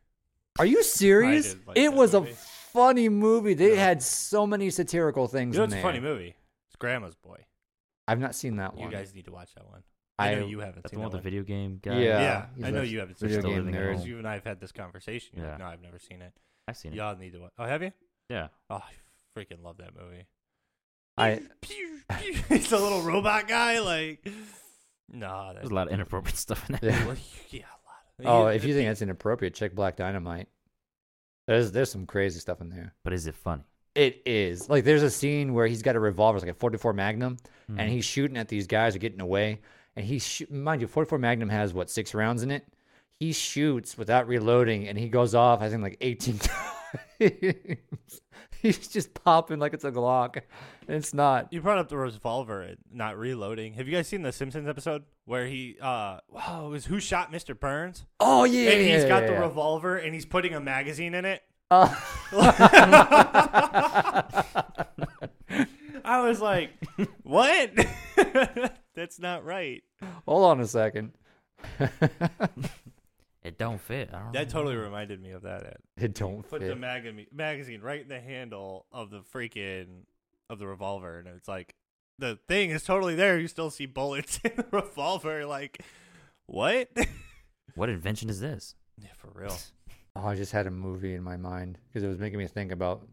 S1: Are you serious?
S2: did like
S1: it
S2: that
S1: was
S2: movie.
S1: a funny movie. They
S2: Yeah.
S1: had so many satirical things
S2: You know,
S1: in
S2: it's a
S1: there.
S2: funny movie. It's Grandma's Boy.
S1: I've not seen that
S2: You
S1: one.
S2: guys need to watch that one. I, know you haven't
S3: That's the
S2: seen
S3: one with the
S2: that
S3: video game guy.
S1: Yeah,
S2: Yeah,
S1: he's
S2: I know
S1: a
S2: you haven't seen
S1: Video
S3: that one.
S1: game
S3: Still
S1: nerd.
S3: living
S2: Because you and I have had this conversation. You're like,
S3: Yeah.
S2: no, I've never seen it.
S3: I've seen it. Yeah.
S2: Y'all need to watch. Oh, have you?
S3: yeah.
S2: Oh, I freaking love that movie.
S1: I
S2: Pew, pew. He's a little robot guy. Like, nah. That,
S3: There's a lot of inappropriate stuff in that.
S1: Yeah.
S2: well, yeah, a lot.
S1: Oh, if you think that's inappropriate, check Black Dynamite. There's there's some crazy stuff in there.
S3: But is it funny?
S1: It is like there's a scene where he's got a revolver, it's like a 44 Magnum,
S3: Mhm.
S1: and he's shooting at these guys who are getting away. And he shoot, mind you, 44 Magnum has what six rounds in it. He shoots without reloading, and he goes off. I think like 18 times. he's just popping like it's a Glock, and it's not.
S2: You brought up the revolver and not reloading. Have you guys seen the Simpsons episode where he, uh, wow, it was who shot Mr. Burns?
S1: Oh yeah,
S2: and
S1: yeah,
S2: he's
S1: yeah,
S2: got
S1: yeah,
S2: the
S1: yeah.
S2: revolver and he's putting a magazine in it. I was like, what? That's not right.
S1: Hold on a second.
S3: It don't fit. I don't
S2: That
S3: know.
S2: totally reminded me of that. ad.
S1: It don't
S2: Put
S1: fit.
S2: the mag- magazine right in the handle of the freaking of the revolver, and it's like the thing is totally there. You still see bullets in the revolver. Like, what?
S3: What invention is this?
S2: yeah, for real.
S1: Oh, I just had a movie in my mind because it was making me think about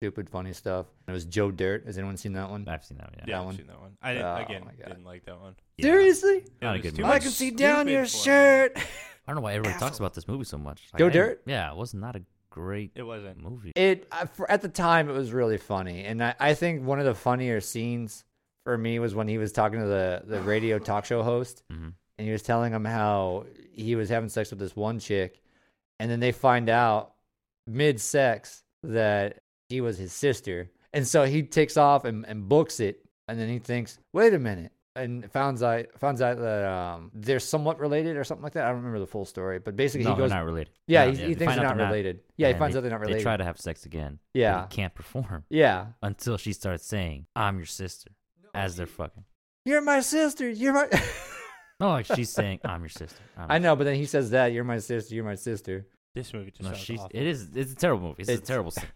S1: stupid, funny stuff. It was Joe Dirt. Has anyone seen that one?
S3: I've seen that. Yeah.
S2: Yeah,
S1: That one.
S2: I've seen that one. I didn't,
S1: Oh,
S2: again
S1: my God.
S2: didn't like that one.
S3: Yeah.
S1: Seriously?
S3: Not
S2: It
S3: a
S2: was
S3: good
S2: too
S3: movie.
S1: I
S2: much
S1: can see down
S2: stupid
S1: your
S2: for me.
S1: shirt.
S3: I don't know why everybody talks
S1: Asshole.
S3: about this movie so much. Like,
S1: Go
S3: I-
S1: Dirt?
S3: Yeah, it was not a great
S2: It wasn't.
S3: movie.
S1: It I- for, at the time it was really funny, and I, I think one of the funnier scenes for me was when he was talking to the the radio talk show host,
S3: Mhm.
S1: and he was telling him how he was having sex with this one chick, and then they find out mid sex that she was his sister, and so he takes off and, and books it, and then he thinks, wait a minute. And finds out finds out that um, they're somewhat related or something like that. I don't remember the full story, but basically
S3: no,
S1: he goes,
S3: they're not related.
S1: yeah,
S3: No,
S1: he, he
S3: they
S1: thinks
S3: find
S1: they're
S3: out
S1: not related. Yeah, he
S3: and
S1: finds
S3: they,
S1: out they're not
S3: They
S1: related.
S3: try to have sex again. but
S1: Yeah.
S3: he can't perform
S1: yeah,
S3: until she starts saying, "I'm your sister," as they're fucking.
S1: You're my sister. You're my.
S3: No, like she's saying, "I'm your sister." I'm
S1: I know, but then he says that. You're my sister. You're my sister.
S2: This movie just
S3: No,
S2: sounds
S3: she's.
S2: awful.
S3: It is. It's a terrible movie. It's,
S1: It's-
S3: a terrible. scene.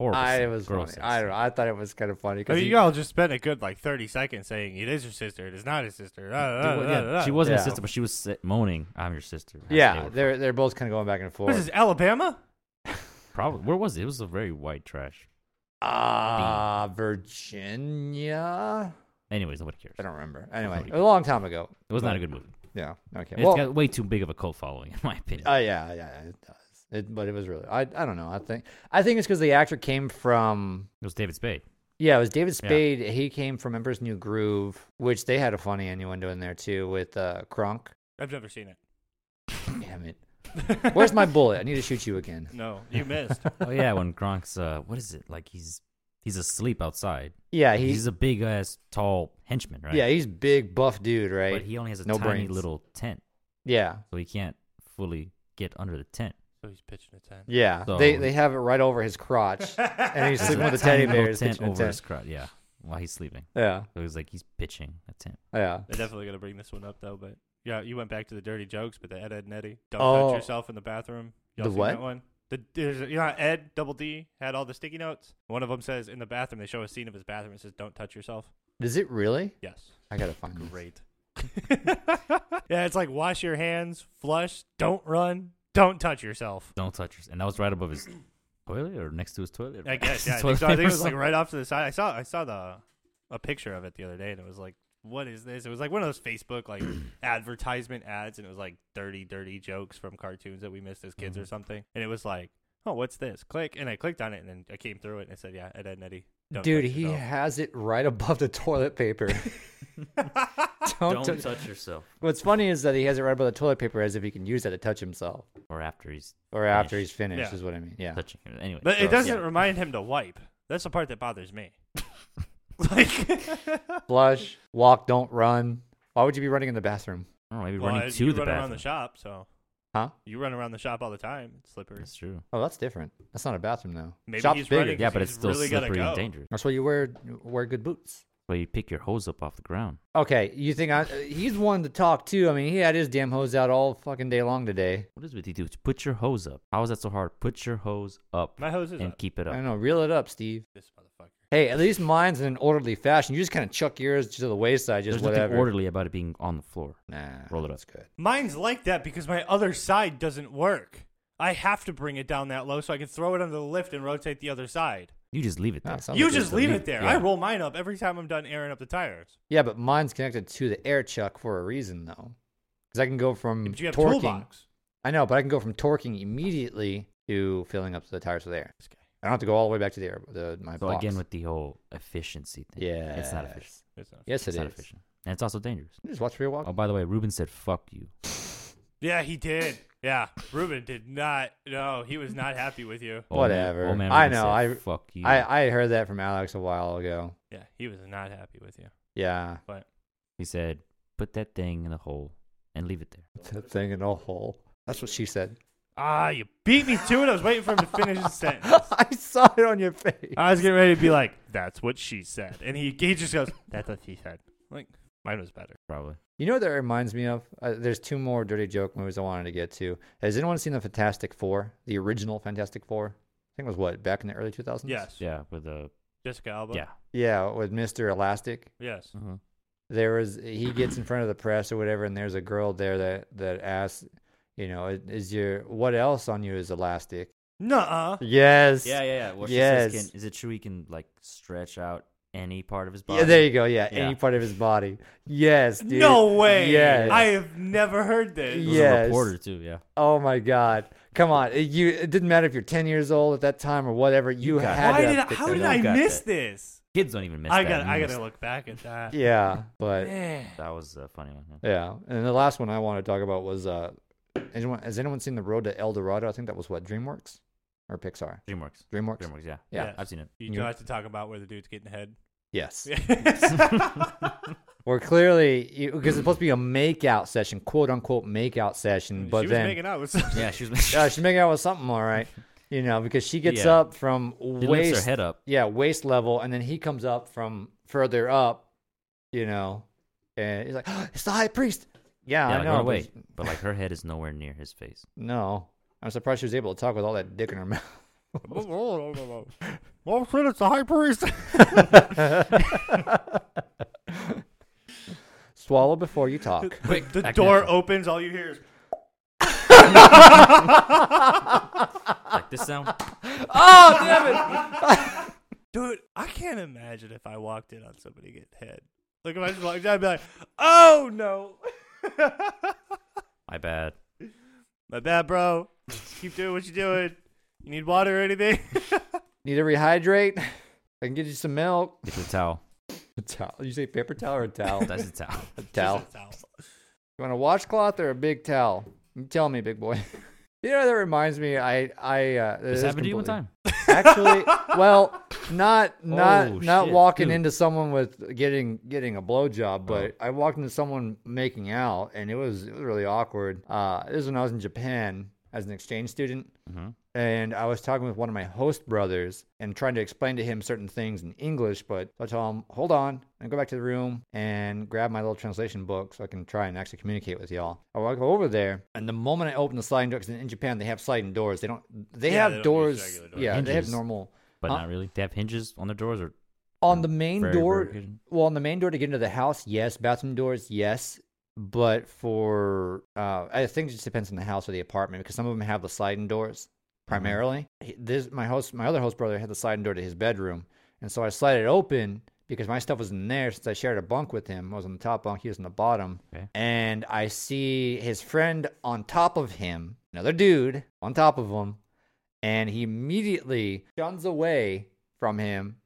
S3: Horrible.
S1: I
S3: scene.
S1: was
S3: Gross
S1: funny.
S3: scene.
S1: I don't know. I thought it was kind of funny
S2: I
S1: because
S2: mean, y'all just spent a good like thirty seconds saying it is your sister, it is not his sister. da, da,
S3: Dude,
S2: da,
S3: yeah,
S2: da, da.
S3: she wasn't
S1: Yeah.
S3: a sister, but she was si- moaning, "I'm your sister." as they
S1: yeah,
S3: were
S1: they're they're both kind of going back and
S2: What
S1: forth.
S2: is this Alabama?
S3: Probably. Where was it? It was a very white trash.
S1: Ah, Virginia.
S3: Anyways, nobody cares.
S1: I
S3: It
S1: don't remember. Anyway,
S3: Probably.
S1: a long time ago.
S3: was not a good movie.
S1: Yeah. Okay.
S3: It's
S1: well,
S3: got way too big of a cult following, in my opinion.
S1: uh, yeah, yeah, yeah, it does. It, but it was really. I I don't know. I think I think it's because the actor came from.
S3: it was David Spade.
S1: Yeah, it was David
S3: Yeah.
S1: Spade. He came from Emperor's New Groove, which they had a funny innuendo in there too with uh, Kronk.
S2: I've never seen it.
S1: Damn it. Where's my bullet? I need to shoot you again.
S2: No, you missed.
S3: Oh yeah, when Gronk's uh, what is it? Like he's he's asleep outside.
S1: Yeah,
S3: He's,
S1: he's
S3: a big ass tall henchman, right?
S1: yeah, he's big buff dude, right?
S3: But he only has a
S1: No
S3: tiny
S1: brains.
S3: little tent,
S1: yeah.
S3: so he can't fully get under the tent.
S2: so he's pitching a tent.
S1: Yeah.
S3: So-
S1: they they have it right over his crotch. and he's
S3: There's
S1: sleeping
S3: a
S1: with a teddy
S3: tiny little
S1: bear. He's pitching a
S3: over
S1: tent.
S3: his crotch. Yeah. while he's sleeping.
S1: Yeah.
S3: It was like he's bitching. That's him.
S1: Yeah.
S2: They're definitely gonna bring this one up though, but yeah, you went back to the dirty jokes, but the Ed Ed and Eddie don't
S1: Oh.
S2: touch yourself in the bathroom. Y'all
S1: The
S2: seen
S1: what?
S2: That one. The there's you know how Ed Double D had all the sticky notes. One of them says in the bathroom. They show a scene of his bathroom. It says don't touch yourself.
S1: Is it really?
S2: Yes.
S1: I gotta find this.
S2: Great. yeah, it's like wash your hands, flush, don't run, don't touch yourself.
S3: Don't touch yourself. And that was right above his toilet or next to his toilet.
S2: I guess. Yeah, I think,
S3: Toilet
S2: so. I think it
S3: paper
S2: was like
S3: or
S2: right off to the side. I saw I saw the a picture of it the other day, and it was like, what is this? It was like one of those Facebook like advertisement ads, and it was like dirty, dirty jokes from cartoons that we missed as kids or something. And it was like, oh, what's this? Click, and I clicked on it, and then I came through it, and it said, yeah, Ed, Ed and Eddie. don't
S1: Dude,
S2: touch
S1: he
S2: yourself.
S1: has it right above the toilet paper. Don't
S3: something.
S1: tou-
S3: Don't touch yourself.
S1: What's funny is that he has it right above the toilet paper as if he can use that to touch himself.
S3: Or after he's
S1: Or after
S3: Finished.
S1: he's finished,
S2: Yeah.
S1: is what I mean. Yeah.
S3: touching it. Anyway.
S2: But it
S3: gross.
S2: doesn't remind him to wipe. That's the part that bothers me. like,
S1: Flush, walk, don't run. Why would you be running in the bathroom?
S3: I don't know, maybe
S2: well,
S3: running
S2: you
S3: to the
S2: run around
S3: bathroom.
S2: the shop, so
S1: Huh?
S2: you run around the shop all the time. It's slippery.
S3: That's true.
S1: Oh, that's different. That's not a bathroom though.
S2: Maybe
S1: Shop's
S2: he's
S1: bigger.
S2: running-
S3: Yeah, but it's
S2: he's
S3: still
S2: really gotta
S3: slippery and
S2: go.
S3: dangerous.
S1: That's why you wear wear good boots.
S3: But you pick your hose up off the ground.
S1: Okay, you think I? He's one to talk too. I mean, he had his damn hose out all fucking day long today.
S3: What is with you, dudes? Put your hose up. How is that so hard? Put your hose up
S2: My hose is
S3: and
S2: up.
S3: keep it
S1: I
S3: up.
S1: know. Reel it up, Steve.
S2: This motherfucker.
S1: Hey, at least mine's in an orderly fashion. You just kind of chuck yours to the wayside, just
S3: There's
S1: whatever.
S3: nothing orderly about it being on the floor.
S1: Nah,
S3: Roll it up.
S1: that's good.
S2: Mine's like that because my other side doesn't work. I have to bring it down that low so I can throw it under the lift and rotate the other side.
S3: You just leave it
S1: Ah,
S3: there.
S1: sounds
S2: you
S1: good
S2: just
S1: to
S2: leave
S1: me.
S2: it there.
S3: yeah.
S2: I roll mine up every time I'm done airing up the tires.
S1: Yeah, but mine's connected to the air chuck for a reason though, because I can go from
S3: Mm.
S2: But you have
S1: torquing.
S2: toolbox.
S1: I know, but I can go from torquing immediately to filling up the tires with air.
S2: This guy.
S1: I don't have to go all the way back to the air. The, my
S3: so
S1: box.
S3: again, with the whole efficiency thing, it's not efficient.
S1: Yes.
S2: It's not-
S1: Yes,
S3: it's
S1: it
S3: not
S1: is.
S3: efficient, and it's also dangerous.
S1: Just watch real walk.
S3: Oh, by the way, Ruben said "fuck you."
S2: Yeah, he did. Yeah, Ruben did not. No, he was not happy with you.
S3: Old man-
S1: Whatever.
S3: old man
S1: I
S3: Ruben
S1: know,
S3: said,
S1: I-
S3: fuck you.
S1: I, I heard that from Alex a while ago.
S2: Yeah, he was not happy with you.
S1: Yeah.
S2: But
S3: he said, "Put that thing in the hole and leave it there."
S1: That thing in a hole. That's what she said.
S2: ah, you beat me to it. I was waiting for him to finish his sentence. Uh,
S1: I saw it on your face.
S2: I was getting ready to be like, "That's what she said," and he he just goes, "That's what she said." Like mine was better.
S3: Probably.
S1: You know what that reminds me of? Uh, there's two more Dirty Joke movies I wanted to get to. Has anyone seen the Fantastic Four? The original Fantastic Four? I think it was what, back in the early 2000s?
S2: Yes.
S3: Yeah, with the
S2: Jessica Alba.
S3: yeah.
S1: Yeah, with Mr. Elastic.
S2: Yes.
S3: Uh-huh.
S1: there was he gets in front of the press or whatever and there's a girl there that that asks you know is your what else on you is elastic
S2: Nuh-uh.
S1: yes
S3: Yeah, yeah, yeah. Well, she says,
S1: Yes.
S3: can- is it true he can like stretch out any part of his body?
S1: yeah there you go yeah,
S3: Yeah.
S1: any part of his body yes dude.
S2: No way.
S1: yes
S2: I have never heard
S3: It
S2: this.
S3: was
S1: Yes.
S3: a reporter too. Yeah.
S1: oh my god come on it, you it didn't matter if you're 10 years old at that time or whatever you,
S3: got it.
S1: had
S2: Why
S1: to
S2: did
S1: have
S2: I,
S1: picked
S2: how
S1: that
S2: did
S1: up.
S2: I
S3: got
S2: miss this?
S3: Kids don't even miss
S2: I
S3: that. Mm-hmm.
S2: got
S3: You
S2: I
S3: missed
S2: gotta look back at that.
S1: yeah but
S2: Man.
S3: That was a funny one. Yeah.
S1: yeah and the last one i want to talk about was uh anyone, has anyone seen the road to el dorado i think that was what dreamworks or pixar
S3: DreamWorks.
S1: dreamworks
S3: DreamWorks. Yeah.
S1: Yeah.
S2: Yes.
S3: I've seen it.
S2: You don't have to talk about where the dude's getting head.
S1: yes
S2: she
S1: We're clearly because it's supposed to be a makeout session, quote unquote makeout session. But
S2: was
S1: then
S2: making out with some-
S3: Yeah, she was.
S1: uh, she's making out with something, all right. You know, because she gets
S3: Yeah.
S1: up from
S3: She lifts her
S1: waist,
S3: head up.
S1: yeah, waist level, and then he comes up from further up. You know, and he's like, "It's the high priest." Yeah,
S3: Yeah,
S1: I
S3: like,
S1: know.
S3: run
S1: but-
S3: away. But like her head is nowhere near his face.
S1: No, I'm surprised she was able to talk with all that dick in her mouth.
S2: well, shit, it's the high priest.
S1: Swallow before you talk.
S3: Quick,
S2: the
S3: back
S2: door
S3: down.
S2: opens. All you hear is
S3: Like this sound.
S2: Dude, I can't imagine if I walked in on somebody getting head. Like if I just walked in, I'd be like, "Oh no,
S3: My bad.
S2: my bad, bro. Keep doing what you're doing. You need water or anything?"
S1: Need to rehydrate. I can get you some milk.
S3: Get the towel.
S1: A towel. You say paper towel or a towel?
S3: That's the towel.
S1: a towel.
S2: Just a towel.
S1: You want a washcloth or a big towel? You tell me, big boy. you know that reminds me. I I uh,
S3: This
S1: is
S3: happened to you one
S1: completely-
S3: time.
S1: Actually, well, not not
S3: Oh,
S1: not
S3: shit,
S1: walking
S3: dude. Oh.
S1: into someone with getting getting a blowjob, but I walked into someone making out, and it was it was really awkward. Uh, this is when I was in Japan. as an exchange student.
S3: Mm-hmm.
S1: And I was talking with one of my host brothers and trying to explain to him certain things in English, but I told him, hold on, and go back to the room and grab my little translation book so I can try and actually communicate with y'all. I walk over there, and the moment I open the sliding door, 'cause in Japan they have sliding doors. They don't, they
S2: Yeah,
S1: have
S2: they don't use
S1: doors.
S2: regular doors.
S1: Yeah, they have
S3: Hinges.
S1: normal.
S3: But
S1: Huh?
S3: not really. They have hinges on their doors or
S1: On the main
S3: very
S1: door,
S3: rare occasion.
S1: well, on the main door to get into the house, yes. Bathroom doors, yes. But for uh, I think it just depends on the house or the apartment because some of them have the sliding doors
S3: Mm-hmm.
S1: primarily. He- This my host, my other host brother had the sliding door to his bedroom, and so I slid it open because my stuff was in there since I shared a bunk with him. I was on the top bunk, he was on the bottom,
S3: Okay.
S1: and I see his friend on top of him, another dude on top of him, and he immediately shuns away from him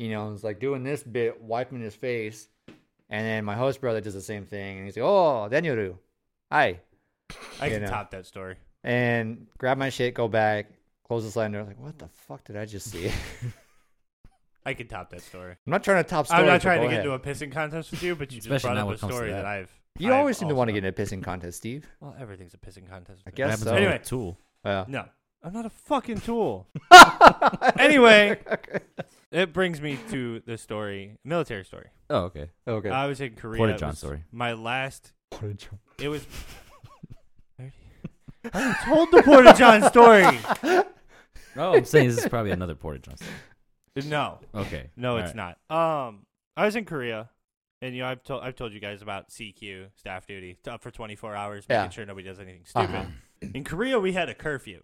S1: you know, it's like doing this bit, wiping his face, and then my host brother does the same thing, and he's like, "Oh, Danielu, hi,"
S2: I
S1: You
S2: can
S1: know.
S2: top that story.
S1: and grab my shit, go back, close the sliding door. Like, what the fuck did I just see? I'm
S2: I can top that story.
S1: not trying to top stories.
S2: I'm not
S1: but
S2: trying
S1: go
S2: to get
S1: ahead.
S2: into a pissing contest with you, but you just
S3: Especially
S2: brought
S3: now
S2: up
S3: when
S2: a
S3: it comes to
S2: story that.
S3: that.
S2: I've.
S1: You
S2: I've
S1: always seem to want to
S2: also-
S1: get into a pissing contest, Steve.
S2: Well, everything's a pissing contest.
S1: I
S2: with me.
S1: guess
S3: happens
S1: so.
S3: all over
S2: Anyway.
S3: Tool.
S1: Yeah.
S2: No, I'm not a fucking tool. anyway, it brings me to the story, military story.
S3: Oh, okay.
S1: okay.
S2: I was in Korea.
S3: Porta
S2: It
S3: John
S2: was
S3: story.
S2: My last. It was. I already told the Porta John story.
S3: No, I'm saying this is probably another Porta John story.
S2: No,
S3: Okay.
S2: no,
S3: All
S2: it's
S3: right.
S2: not. Um, I was in Korea, and you know I've told I've told you guys about CQ staff duty t- up for 24 hours, making
S1: Yeah.
S2: sure nobody does anything stupid.
S1: Uh-huh.
S2: In Korea, we had a curfew,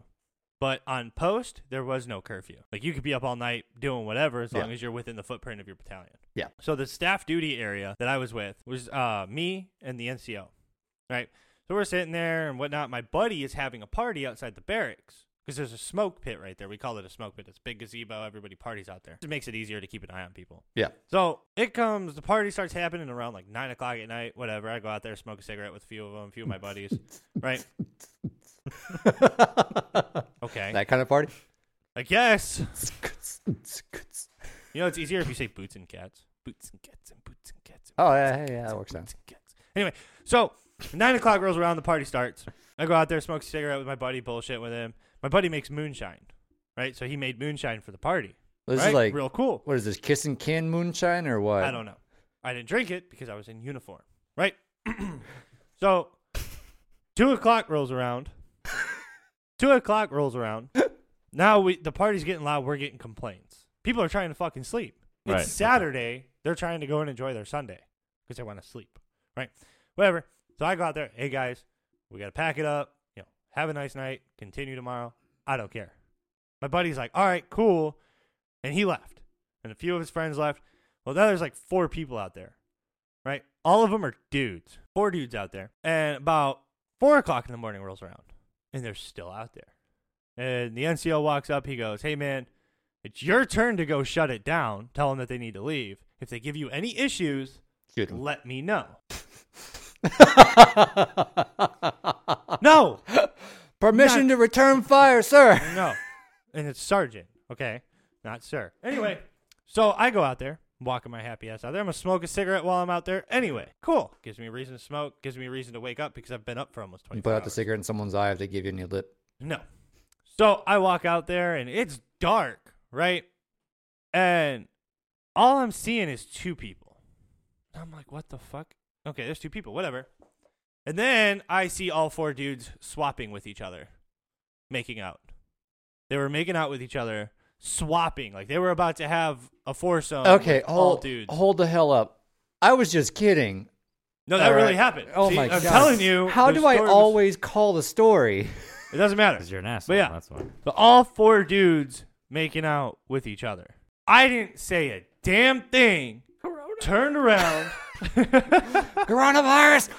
S2: but on post there was no curfew. Like you could be up all night doing whatever as
S1: Yeah.
S2: long as you're within the footprint of your battalion.
S1: Yeah.
S2: So the staff duty area that I was with was uh, me and the NCO, right? So we're sitting there and whatnot. My buddy is having a party outside the barracks because there's a smoke pit right there. We call it a smoke pit. It's a big gazebo. Everybody parties out there. It makes it easier to keep an eye on people.
S1: Yeah.
S2: So it comes, the party starts happening around like nine o'clock at night, whatever. I go out there, smoke a cigarette with a few of them, a few of my buddies, right? Okay.
S1: that kind of party.
S2: I guess. You know, it's easier if you say boots and cats. Boots and cats and boots and cats. And
S1: Oh yeah, yeah, yeah, that works out.
S2: boots and cats. Anyway, so nine o'clock rolls around, the party starts. I go out there, smoke a cigarette with my buddy, bullshit with him. My buddy makes moonshine, right? So he made moonshine for the party.
S1: This
S2: right?
S1: is like,
S2: real cool.
S1: what is this, kiss and can moonshine or what?
S2: I don't know. I didn't drink it because I was in uniform, right? so, two o'clock rolls around. two o'clock rolls around. Now we the party's getting loud. We're getting complaints. People are trying to fucking sleep. It's
S3: Right.
S2: Saturday. They're trying to go and enjoy their Sunday because they want to sleep, right? Whatever. So I go out there. Hey guys, we gotta pack it up. You know, have a nice night. Continue tomorrow. I don't care. My buddy's like, all right, cool, and he left, and a few of his friends left. Well, now there's like four people out there, right? All of them are dudes. Four dudes out there. And about four o'clock in the morning rolls around, and they're still out there. And the NCO walks up. He goes, Hey, man, it's your turn to go shut it down. Tell them that they need to leave. If they give you any issues,
S1: Shoot 'em.
S2: let me know. No,
S1: Permission
S2: Not-
S1: to return fire, sir.
S2: no. And it's Sergeant, okay? Not sir. Anyway, so I go out there, walking my happy ass out there. I'm going to smoke a cigarette while I'm out there. Anyway, cool. Gives me a reason to smoke. Gives me a reason to wake up because I've been up for almost 20
S1: You put out the
S2: hours.
S1: cigarette in someone's eye if they give you any lip.
S2: No. So I walk out there and it's dark, right? And all I'm seeing is two people. I'm like, what the fuck? Okay, there's two people, whatever. And then I see all four dudes swapping with each other, making out. They were making out with each other, swapping. Like they were about to have a foursome.
S1: Okay,
S2: with all
S1: hold,
S2: dudes.
S1: hold the hell up. I was just kidding.
S2: no, that
S1: All
S2: really
S1: right.
S2: happened.
S1: Oh
S2: See,
S1: my god!
S2: I'm telling you.
S1: how
S2: the
S1: do I
S2: story was-
S1: always call the story?
S2: It doesn't matter.
S3: Because you're an asshole.
S2: yeah.
S3: That's why.
S2: But all four dudes making out with each other. I didn't say a damn thing. Turned around.
S1: Coronavirus.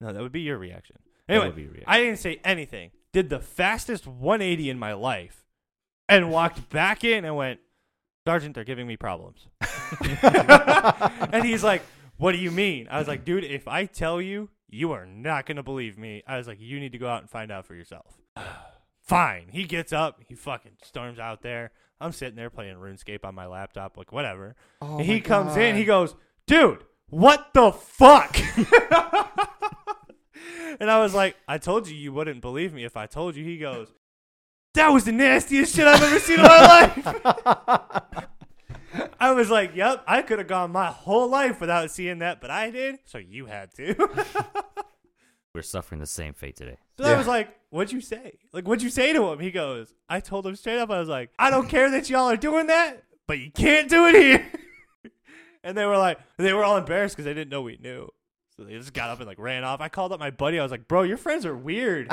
S2: No, that would be your reaction. Anyway,
S3: would be your reaction.
S2: I didn't say anything. Did the fastest 180 in my life and walked back in and went, Sergeant, they're giving me problems. and he's like, What do you mean? I was like, Dude, if I tell you, you are not going to believe me. I was like, You need to go out and find out for yourself. Fine. He gets up. He fucking storms out there. I'm sitting there playing RuneScape on my laptop, like, whatever.
S1: Oh
S2: And he
S1: my
S2: comes in.
S1: God.
S2: He goes, Dude, what the fuck? And I was like, I told you you wouldn't believe me if I told you. He goes, That was the nastiest shit I've ever seen in my life. I was like, Yep, I could have gone my whole life without seeing that, but I did, so you had to.
S3: We're suffering the same fate today.
S2: so I was
S1: Yeah.
S2: like, What'd you say? Like, what'd you say to him? He goes, I told him straight up, I was like, I don't care that y'all are doing that, but you can't do it here. and they were like, they were all embarrassed because they didn't know we knew. So they just got up and like ran off. I called up my buddy. I was like, "Bro, your friends are weird."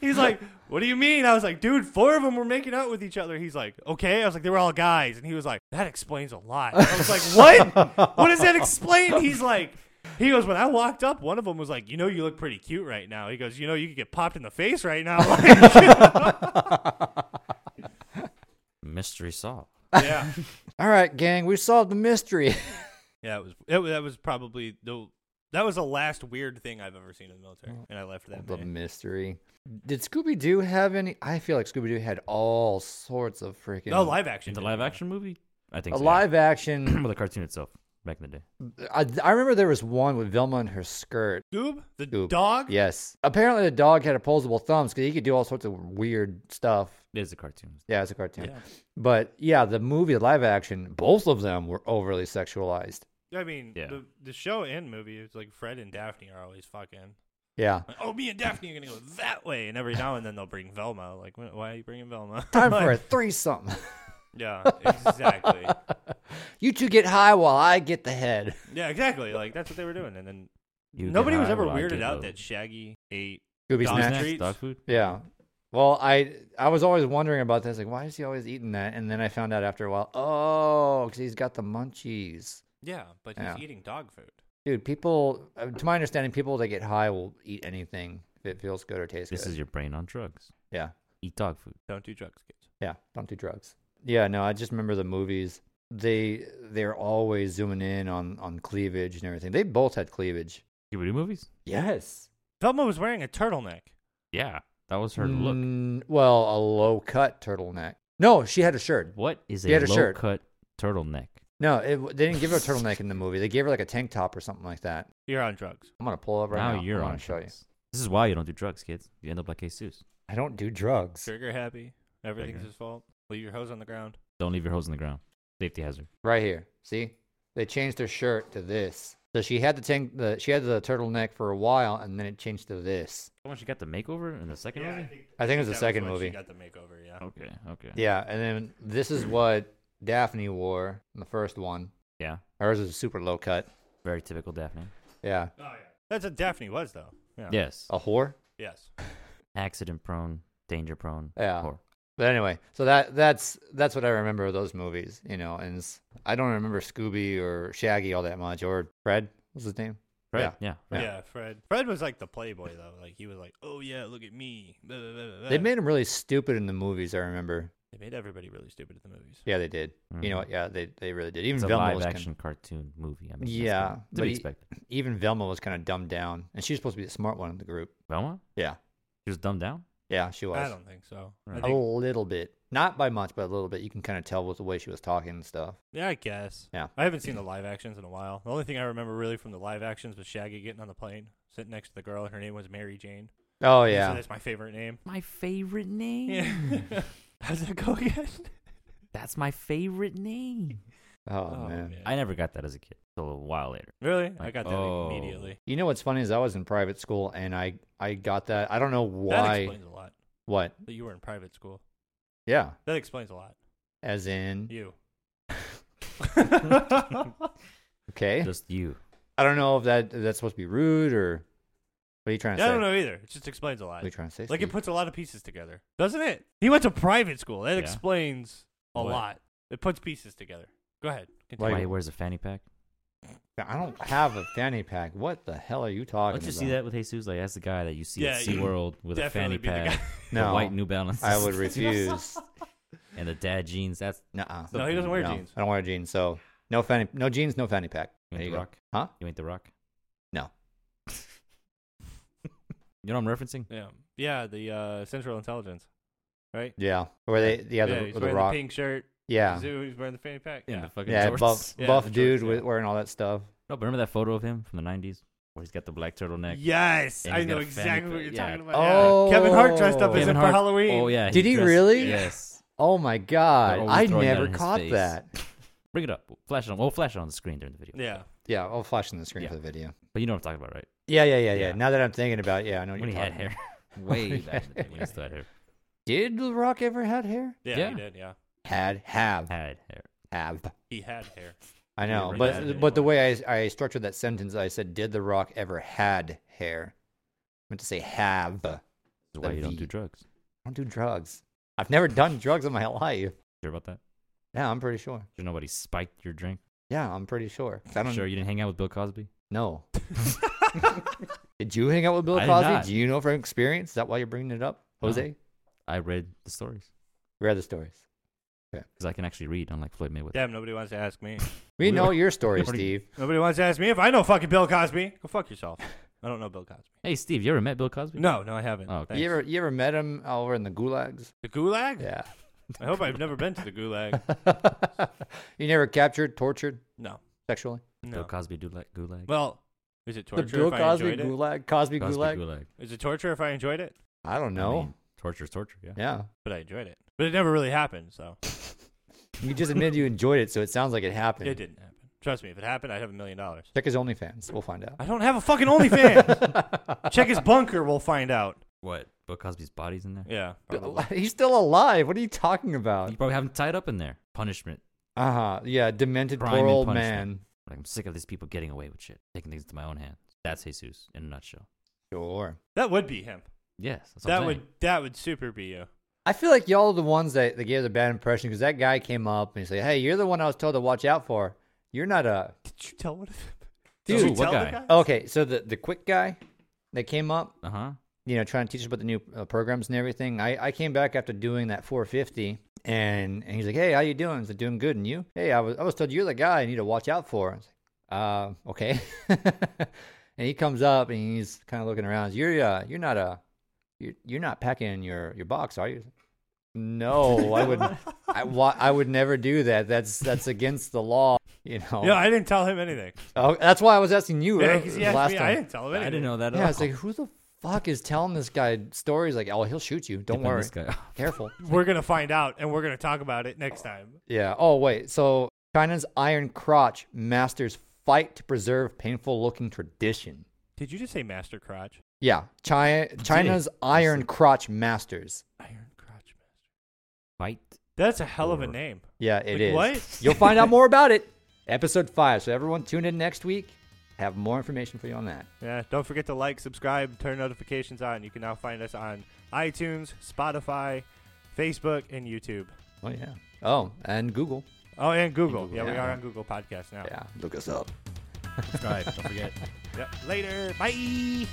S2: He's like, "What do you mean?" I was like, "Dude, four of them were making out with each other." He's like, "Okay." I was like, "They were all guys," and he was like, "That explains a lot." I was like, "What? What does that explain?" He's like, "He goes when I walked up, one of them was like, you know, you look pretty cute right now." He goes, "You know, you could get popped in the face right now."
S3: Mystery solved.
S2: yeah,
S1: All right, gang, we solved the mystery.
S2: yeah, it was it, was- that was probably the that was the last weird thing I've ever seen in the military, and I left that.
S1: the
S2: day.
S1: mystery. Did Scooby Doo have any? I feel like Scooby Doo had all sorts of freaking.
S2: No live action.
S3: The
S2: did.
S3: live action movie? I think
S1: a
S3: so,
S1: live action.
S3: yeah. well, the cartoon itself back in the day.
S1: I, I remember there was one with Velma and her skirt.
S2: Goob, the
S1: Scoob.
S2: dog.
S1: Yes. Apparently, the dog had opposable thumbs because he could do all sorts of weird stuff.
S3: It is a cartoon.
S1: Yeah, it's a cartoon.
S2: Yeah.
S1: But yeah, the movie, the live action, both of them were overly sexualized.
S2: I mean,
S3: Yeah.
S2: the, the show and movie, it's like Fred and Daphne are always fucking.
S1: Yeah.
S2: Like, oh, me and Daphne are going to go that way. And every now and then they'll bring Velma. Like, wh- why are you bringing Velma?
S1: Time for a
S2: Like,
S1: threesome.
S2: Yeah, exactly.
S1: you two get high while I get the head.
S2: yeah, exactly. Like, that's what they were doing. And then
S3: You get
S2: nobody was
S3: high
S2: ever
S3: while I
S2: weirded
S3: get
S2: out
S3: low.
S2: that Shaggy ate.
S1: Scooby
S2: Dog
S1: snacks.
S2: snack.
S3: Snacks,
S2: treats.
S3: dog food.
S1: Yeah. Well, I I was always wondering about this. Like, why is he always eating that? And then I found out after a while. Oh, because he's got the munchies.
S2: Yeah, but he's
S1: Yeah.
S2: eating dog food.
S1: Dude, people, uh, to my understanding, people that get high will eat anything if it feels good or tastes
S3: This
S1: good.
S3: is your brain on drugs.
S1: yeah.
S3: Eat dog food.
S2: Don't do drugs, kids.
S1: Yeah, don't do drugs. Yeah, no, I just remember the movies. They they're always zooming in on on cleavage and everything. They both had cleavage.
S3: Scooby Doo movies?
S1: Yes.
S2: Velma was wearing a turtleneck.
S3: Yeah, that was her look.
S1: Mm, well, a low cut turtleneck. No, she had a shirt.
S3: What is
S1: He
S3: a
S1: had a
S3: low
S1: shirt.
S3: cut turtleneck?
S1: No, it, they didn't give her a turtleneck in the movie. They gave her like a tank top or something like that.
S2: You're on drugs.
S1: I'm gonna pull up right now.
S3: now you're
S1: I'm
S3: on
S1: gonna show you.
S3: drugs. This is why you don't do drugs, kids. You end up like Jesus.
S1: I don't do drugs.
S2: Trigger happy. Everything's
S3: Trigger.
S2: his fault. Leave your hose on the ground.
S3: Don't leave your hose in the ground. Safety hazard.
S1: Right here. See? They changed her shirt to this. So she had the tank the she had the turtleneck for a while and then it changed to this.
S3: When she got the makeover in the second movie.
S1: I think it was the
S2: that
S1: second
S2: when
S1: movie.
S2: She got the makeover, yeah.
S3: Okay. Okay.
S1: Yeah, and then this is what Daphne wore in the first one.
S3: Yeah.
S1: Hers is a super low cut.
S3: Very typical Daphne.
S1: Yeah.
S2: Oh, yeah. That's what Daphne was, though. Yeah.
S3: Yes.
S1: A whore?
S2: Yes.
S3: Accident prone, danger prone.
S1: Yeah.
S3: whore.
S1: But anyway, so that that's that's what I remember of those movies, you know, and it's- I don't remember Scooby or Shaggy all that much or Fred. What's his name?
S3: Right.
S1: Yeah.
S3: Yeah.
S2: Yeah.
S1: Yeah.
S2: Fred. Fred was like the playboy though. Like he was like, "Oh yeah, look at me." Blah, blah, blah, blah, blah.
S1: They
S3: Uh,
S1: made him really stupid in the movies, I remember.
S2: they made everybody really stupid at the movies.
S1: Yeah, they did. You know
S3: Mhm.
S1: what? Yeah, they, they really did. Even
S3: It's a
S1: Velma
S3: live
S1: was
S3: action cartoon movie. I mean, that's
S1: Yeah,
S3: kinda
S1: but
S3: to be
S1: he-
S3: expected.
S1: even Velma was kind of dumbed down, and she was supposed to be the smart one in the group.
S3: Velma?
S1: Yeah,
S3: She was dumbed down?
S1: yeah, she
S2: I
S1: was
S2: don't think so. I
S3: Right.
S1: a
S2: think-
S1: little bit, not by much, but a little bit. You can kind of tell with the way she was talking and stuff.
S2: yeah, I guess.
S1: Yeah.
S2: I haven't seen the live actions in a while. The only thing I remember really from the live actions was Shaggy getting on the plane, sitting next to the girl, and her name was Mary Jane.
S1: Oh
S2: So
S1: yeah,
S2: that's my favorite name.
S3: My favorite name.
S2: Yeah. How does that go again?
S3: That's my favorite name.
S1: oh, man.
S3: I never got that as a kid until a while later.
S2: really? I
S3: Like,
S2: got that
S3: oh.
S2: immediately.
S1: You know what's funny is I was in private school, and I I got that. I don't know
S2: That
S1: why.
S2: explains a lot.
S1: What?
S2: That you were in private school.
S1: Yeah,
S2: That explains a lot.
S1: as in
S2: You.
S1: okay.
S3: Just you.
S1: I don't know if that if that's supposed to be rude or what are you trying to
S2: Yeah, I
S1: say?
S2: don't know either. It just explains a lot.
S1: What are you trying to say?
S2: Like it
S1: Steve?
S2: puts a lot of pieces together, doesn't it? He went to private school. That
S3: Yeah.
S2: explains a
S3: What?
S2: lot. It puts pieces together. Go ahead.
S1: Like-
S3: Why he wears a fanny pack?
S1: I don't have a fanny pack. What the hell are you talking
S3: Don't you
S1: about?
S3: see that with Jesus? Like, that's the guy that you see at
S2: Yeah, you
S3: SeaWorld with a
S2: Definitely
S3: fanny
S2: be the
S3: pack,
S2: guy.
S3: the
S1: No,
S3: white New Balance,
S1: I would refuse.
S3: and the dad jeans. That's
S1: Nuh-uh.
S2: No, he doesn't wear
S1: no,
S2: jeans.
S1: I don't wear jeans, so no fanny, no jeans, no fanny pack.
S3: You
S1: There you
S3: ain't the
S1: go.
S3: rock.
S1: Huh?
S3: You ain't the rock.
S1: No.
S3: You know what I'm referencing?
S2: Yeah, yeah. The uh, Central Intelligence, right?
S1: Yeah, where they yeah the,
S2: he's
S1: the
S2: wearing
S1: rock
S2: the pink shirt.
S1: yeah
S2: Zoo, he's wearing the fanny pack.
S3: In
S2: Yeah,
S3: the fucking
S1: yeah
S3: shorts.
S1: buff
S2: Yeah,
S1: buff
S2: the shorts,
S1: dude
S2: yeah.
S1: with, wearing all that stuff.
S3: No, but remember that photo of him from the '90s where he's got the black turtleneck.
S2: Yes,
S3: And
S2: I
S3: he's got
S2: know
S3: a fanny
S2: exactly what
S3: pack.
S2: you're
S3: Yeah.
S2: talking about. yeah. Kevin Hart dressed up
S1: Oh.
S2: as
S1: Kevin
S2: him for Halloween.
S3: Oh yeah.
S1: Did he
S3: dressed-
S1: really?
S3: Yes.
S1: Oh my god!
S3: always
S1: I
S3: throwing that
S1: never
S3: in his
S1: caught
S3: face.
S1: that.
S3: Bring it up. We'll flash it on. We'll flash it on the screen during the video.
S2: Yeah.
S1: Yeah, I'll flash on the screen
S3: Yeah.
S1: for the video.
S3: But you know what I'm talking about, right?
S1: Yeah, yeah, yeah, yeah.
S3: Yeah.
S1: Now that I'm thinking about, it, yeah, I know what
S3: when he
S1: you're
S3: had
S1: talking.
S3: hair.
S4: Way back in the day.
S3: when he still had hair.
S1: Did The Rock ever had hair?
S2: yeah,
S3: Yeah.
S2: he did. Yeah,
S1: Had have
S3: Had hair.
S1: have.
S2: he had hair.
S1: I
S3: He
S1: know,
S3: never had
S1: but
S3: it
S1: but the way I I structured that sentence, I said, "Did The Rock ever had hair?" I meant to say have. I
S3: That's why
S1: The
S3: you don't
S1: V.
S3: do drugs.
S1: don't do drugs. I've never done drugs in my life.
S3: Sure about that?
S1: Yeah, I'm pretty sure.
S3: Sure nobody spiked your drink.
S1: Yeah, I'm pretty sure. 'Cause I don't
S3: Sure you didn't hang out with Bill Cosby.
S1: know. Did you hang out with Bill
S3: I did not.
S1: Cosby? Do you know from experience? Is that why you're bringing it up,
S3: No.
S1: Jose?
S3: I read the stories
S1: Read the stories.
S3: because I can actually read, unlike Floyd Mayweather.
S2: Damn, nobody wants to ask me.
S1: We
S3: We-
S1: know your story,
S3: What do
S1: Steve.
S3: you-
S2: Nobody wants to ask me if I know fucking Bill Cosby. Go fuck yourself. I don't know Bill Cosby.
S3: Hey Steve, you ever met Bill Cosby?
S2: No, no, I haven't.
S3: Oh, okay.
S2: Thanks.
S1: You ever you ever met him over in the gulags?
S2: the Gulag?
S1: Yeah.
S2: I hope I've never been to the Gulag.
S1: you never captured, tortured
S2: No,
S1: sexually.
S3: Bill
S2: no.
S3: Cosby gulag. gulag.
S2: Well, is it torture
S1: the Bill
S2: if I
S1: Cosby
S2: enjoyed it?
S1: gulag, Cosby,
S3: Cosby
S1: gulag.
S3: gulag.
S2: Is it torture if I enjoyed it?
S1: I don't know.
S3: I mean, torture's torture. Yeah.
S1: yeah.
S2: But I enjoyed it. But it never really happened, so
S1: You just admitted you enjoyed it, so it sounds like it happened.
S2: it didn't happen. Trust me, if it happened, I'd have a million dollars.
S1: Check his OnlyFans. We'll find out.
S2: I don't have a fucking OnlyFans. Check his bunker, we'll find out.
S3: What? Bill Cosby's body's in there.
S2: Yeah. probably.
S1: He's still alive. What are you talking about?
S3: You probably have him tied up in there. Punishment.
S1: Uh huh. Yeah. Demented
S3: Crime
S1: poor
S3: and
S1: old
S3: punishment.
S1: man.
S3: Like I'm sick of these people getting away with shit, taking things to my own hands. That's Jesus in a nutshell.
S1: Sure.
S2: That would be him.
S3: Yes. That's what I'm
S2: That would
S3: saying.
S2: that would super be you.
S1: I feel like y'all are the ones that, that gave the bad impression because that guy came up and he said, Hey, you're the one I was told to watch out for. You're not a.
S2: Did you tell what?
S1: Dude,
S2: Did you
S3: what
S2: tell
S3: guy?
S2: the
S3: Oh.
S2: guy?
S1: Okay. So the, the quick guy that came up,
S3: Uh huh.
S1: you know, trying to teach us about the new uh, programs and everything. I, I came back after doing that 450, and, and he's like, "Hey, how you doing?" I said, "Doing good." And you? Hey, I was I was told you're the guy I need to watch out for. I was like, uh, okay. and he comes up and he's kind of looking around. You're uh, you're not a you're, you're not packing your your box, are you? No, I would I wa- I would never do that. That's that's against the law, you know.
S2: Yeah, I didn't tell him anything.
S1: oh, that's why I was asking you
S2: Yeah,
S1: earlier,
S2: 'cause he asked
S1: last
S2: me, I
S1: time.
S2: didn't tell him
S3: I
S2: anything.
S3: didn't know that. At
S1: Yeah,
S3: all.
S1: it's like who the fuck is telling this guy stories like, "Oh, he'll shoot you. Don't
S3: Dipping
S1: worry."
S3: This guy.
S1: Careful.
S2: We're gonna find out, and we're gonna talk about it next time.
S1: Yeah. Oh, wait. So China's iron crotch masters fight to preserve painful looking tradition.
S2: Did you just say master crotch?
S1: Yeah. China, China's iron crotch masters.
S2: Iron crotch master.
S3: Fight.
S2: That's a hell of a
S3: Or-
S2: name.
S1: Yeah, it
S2: Like,
S1: is.
S2: what?
S1: You'll find out more about it. Episode five. So everyone tune in next week. Have more information for you on that.
S2: Yeah. Don't forget to like, subscribe, turn notifications on. You can now find us on iTunes, Spotify, Facebook, and YouTube.
S1: Oh yeah. Oh, and Google.
S2: Oh, and Google. yeah, we
S1: yeah.
S2: are on Google Podcast now.
S1: Yeah. Look us up.
S3: Subscribe. Don't forget.
S2: Yep. Later. Bye.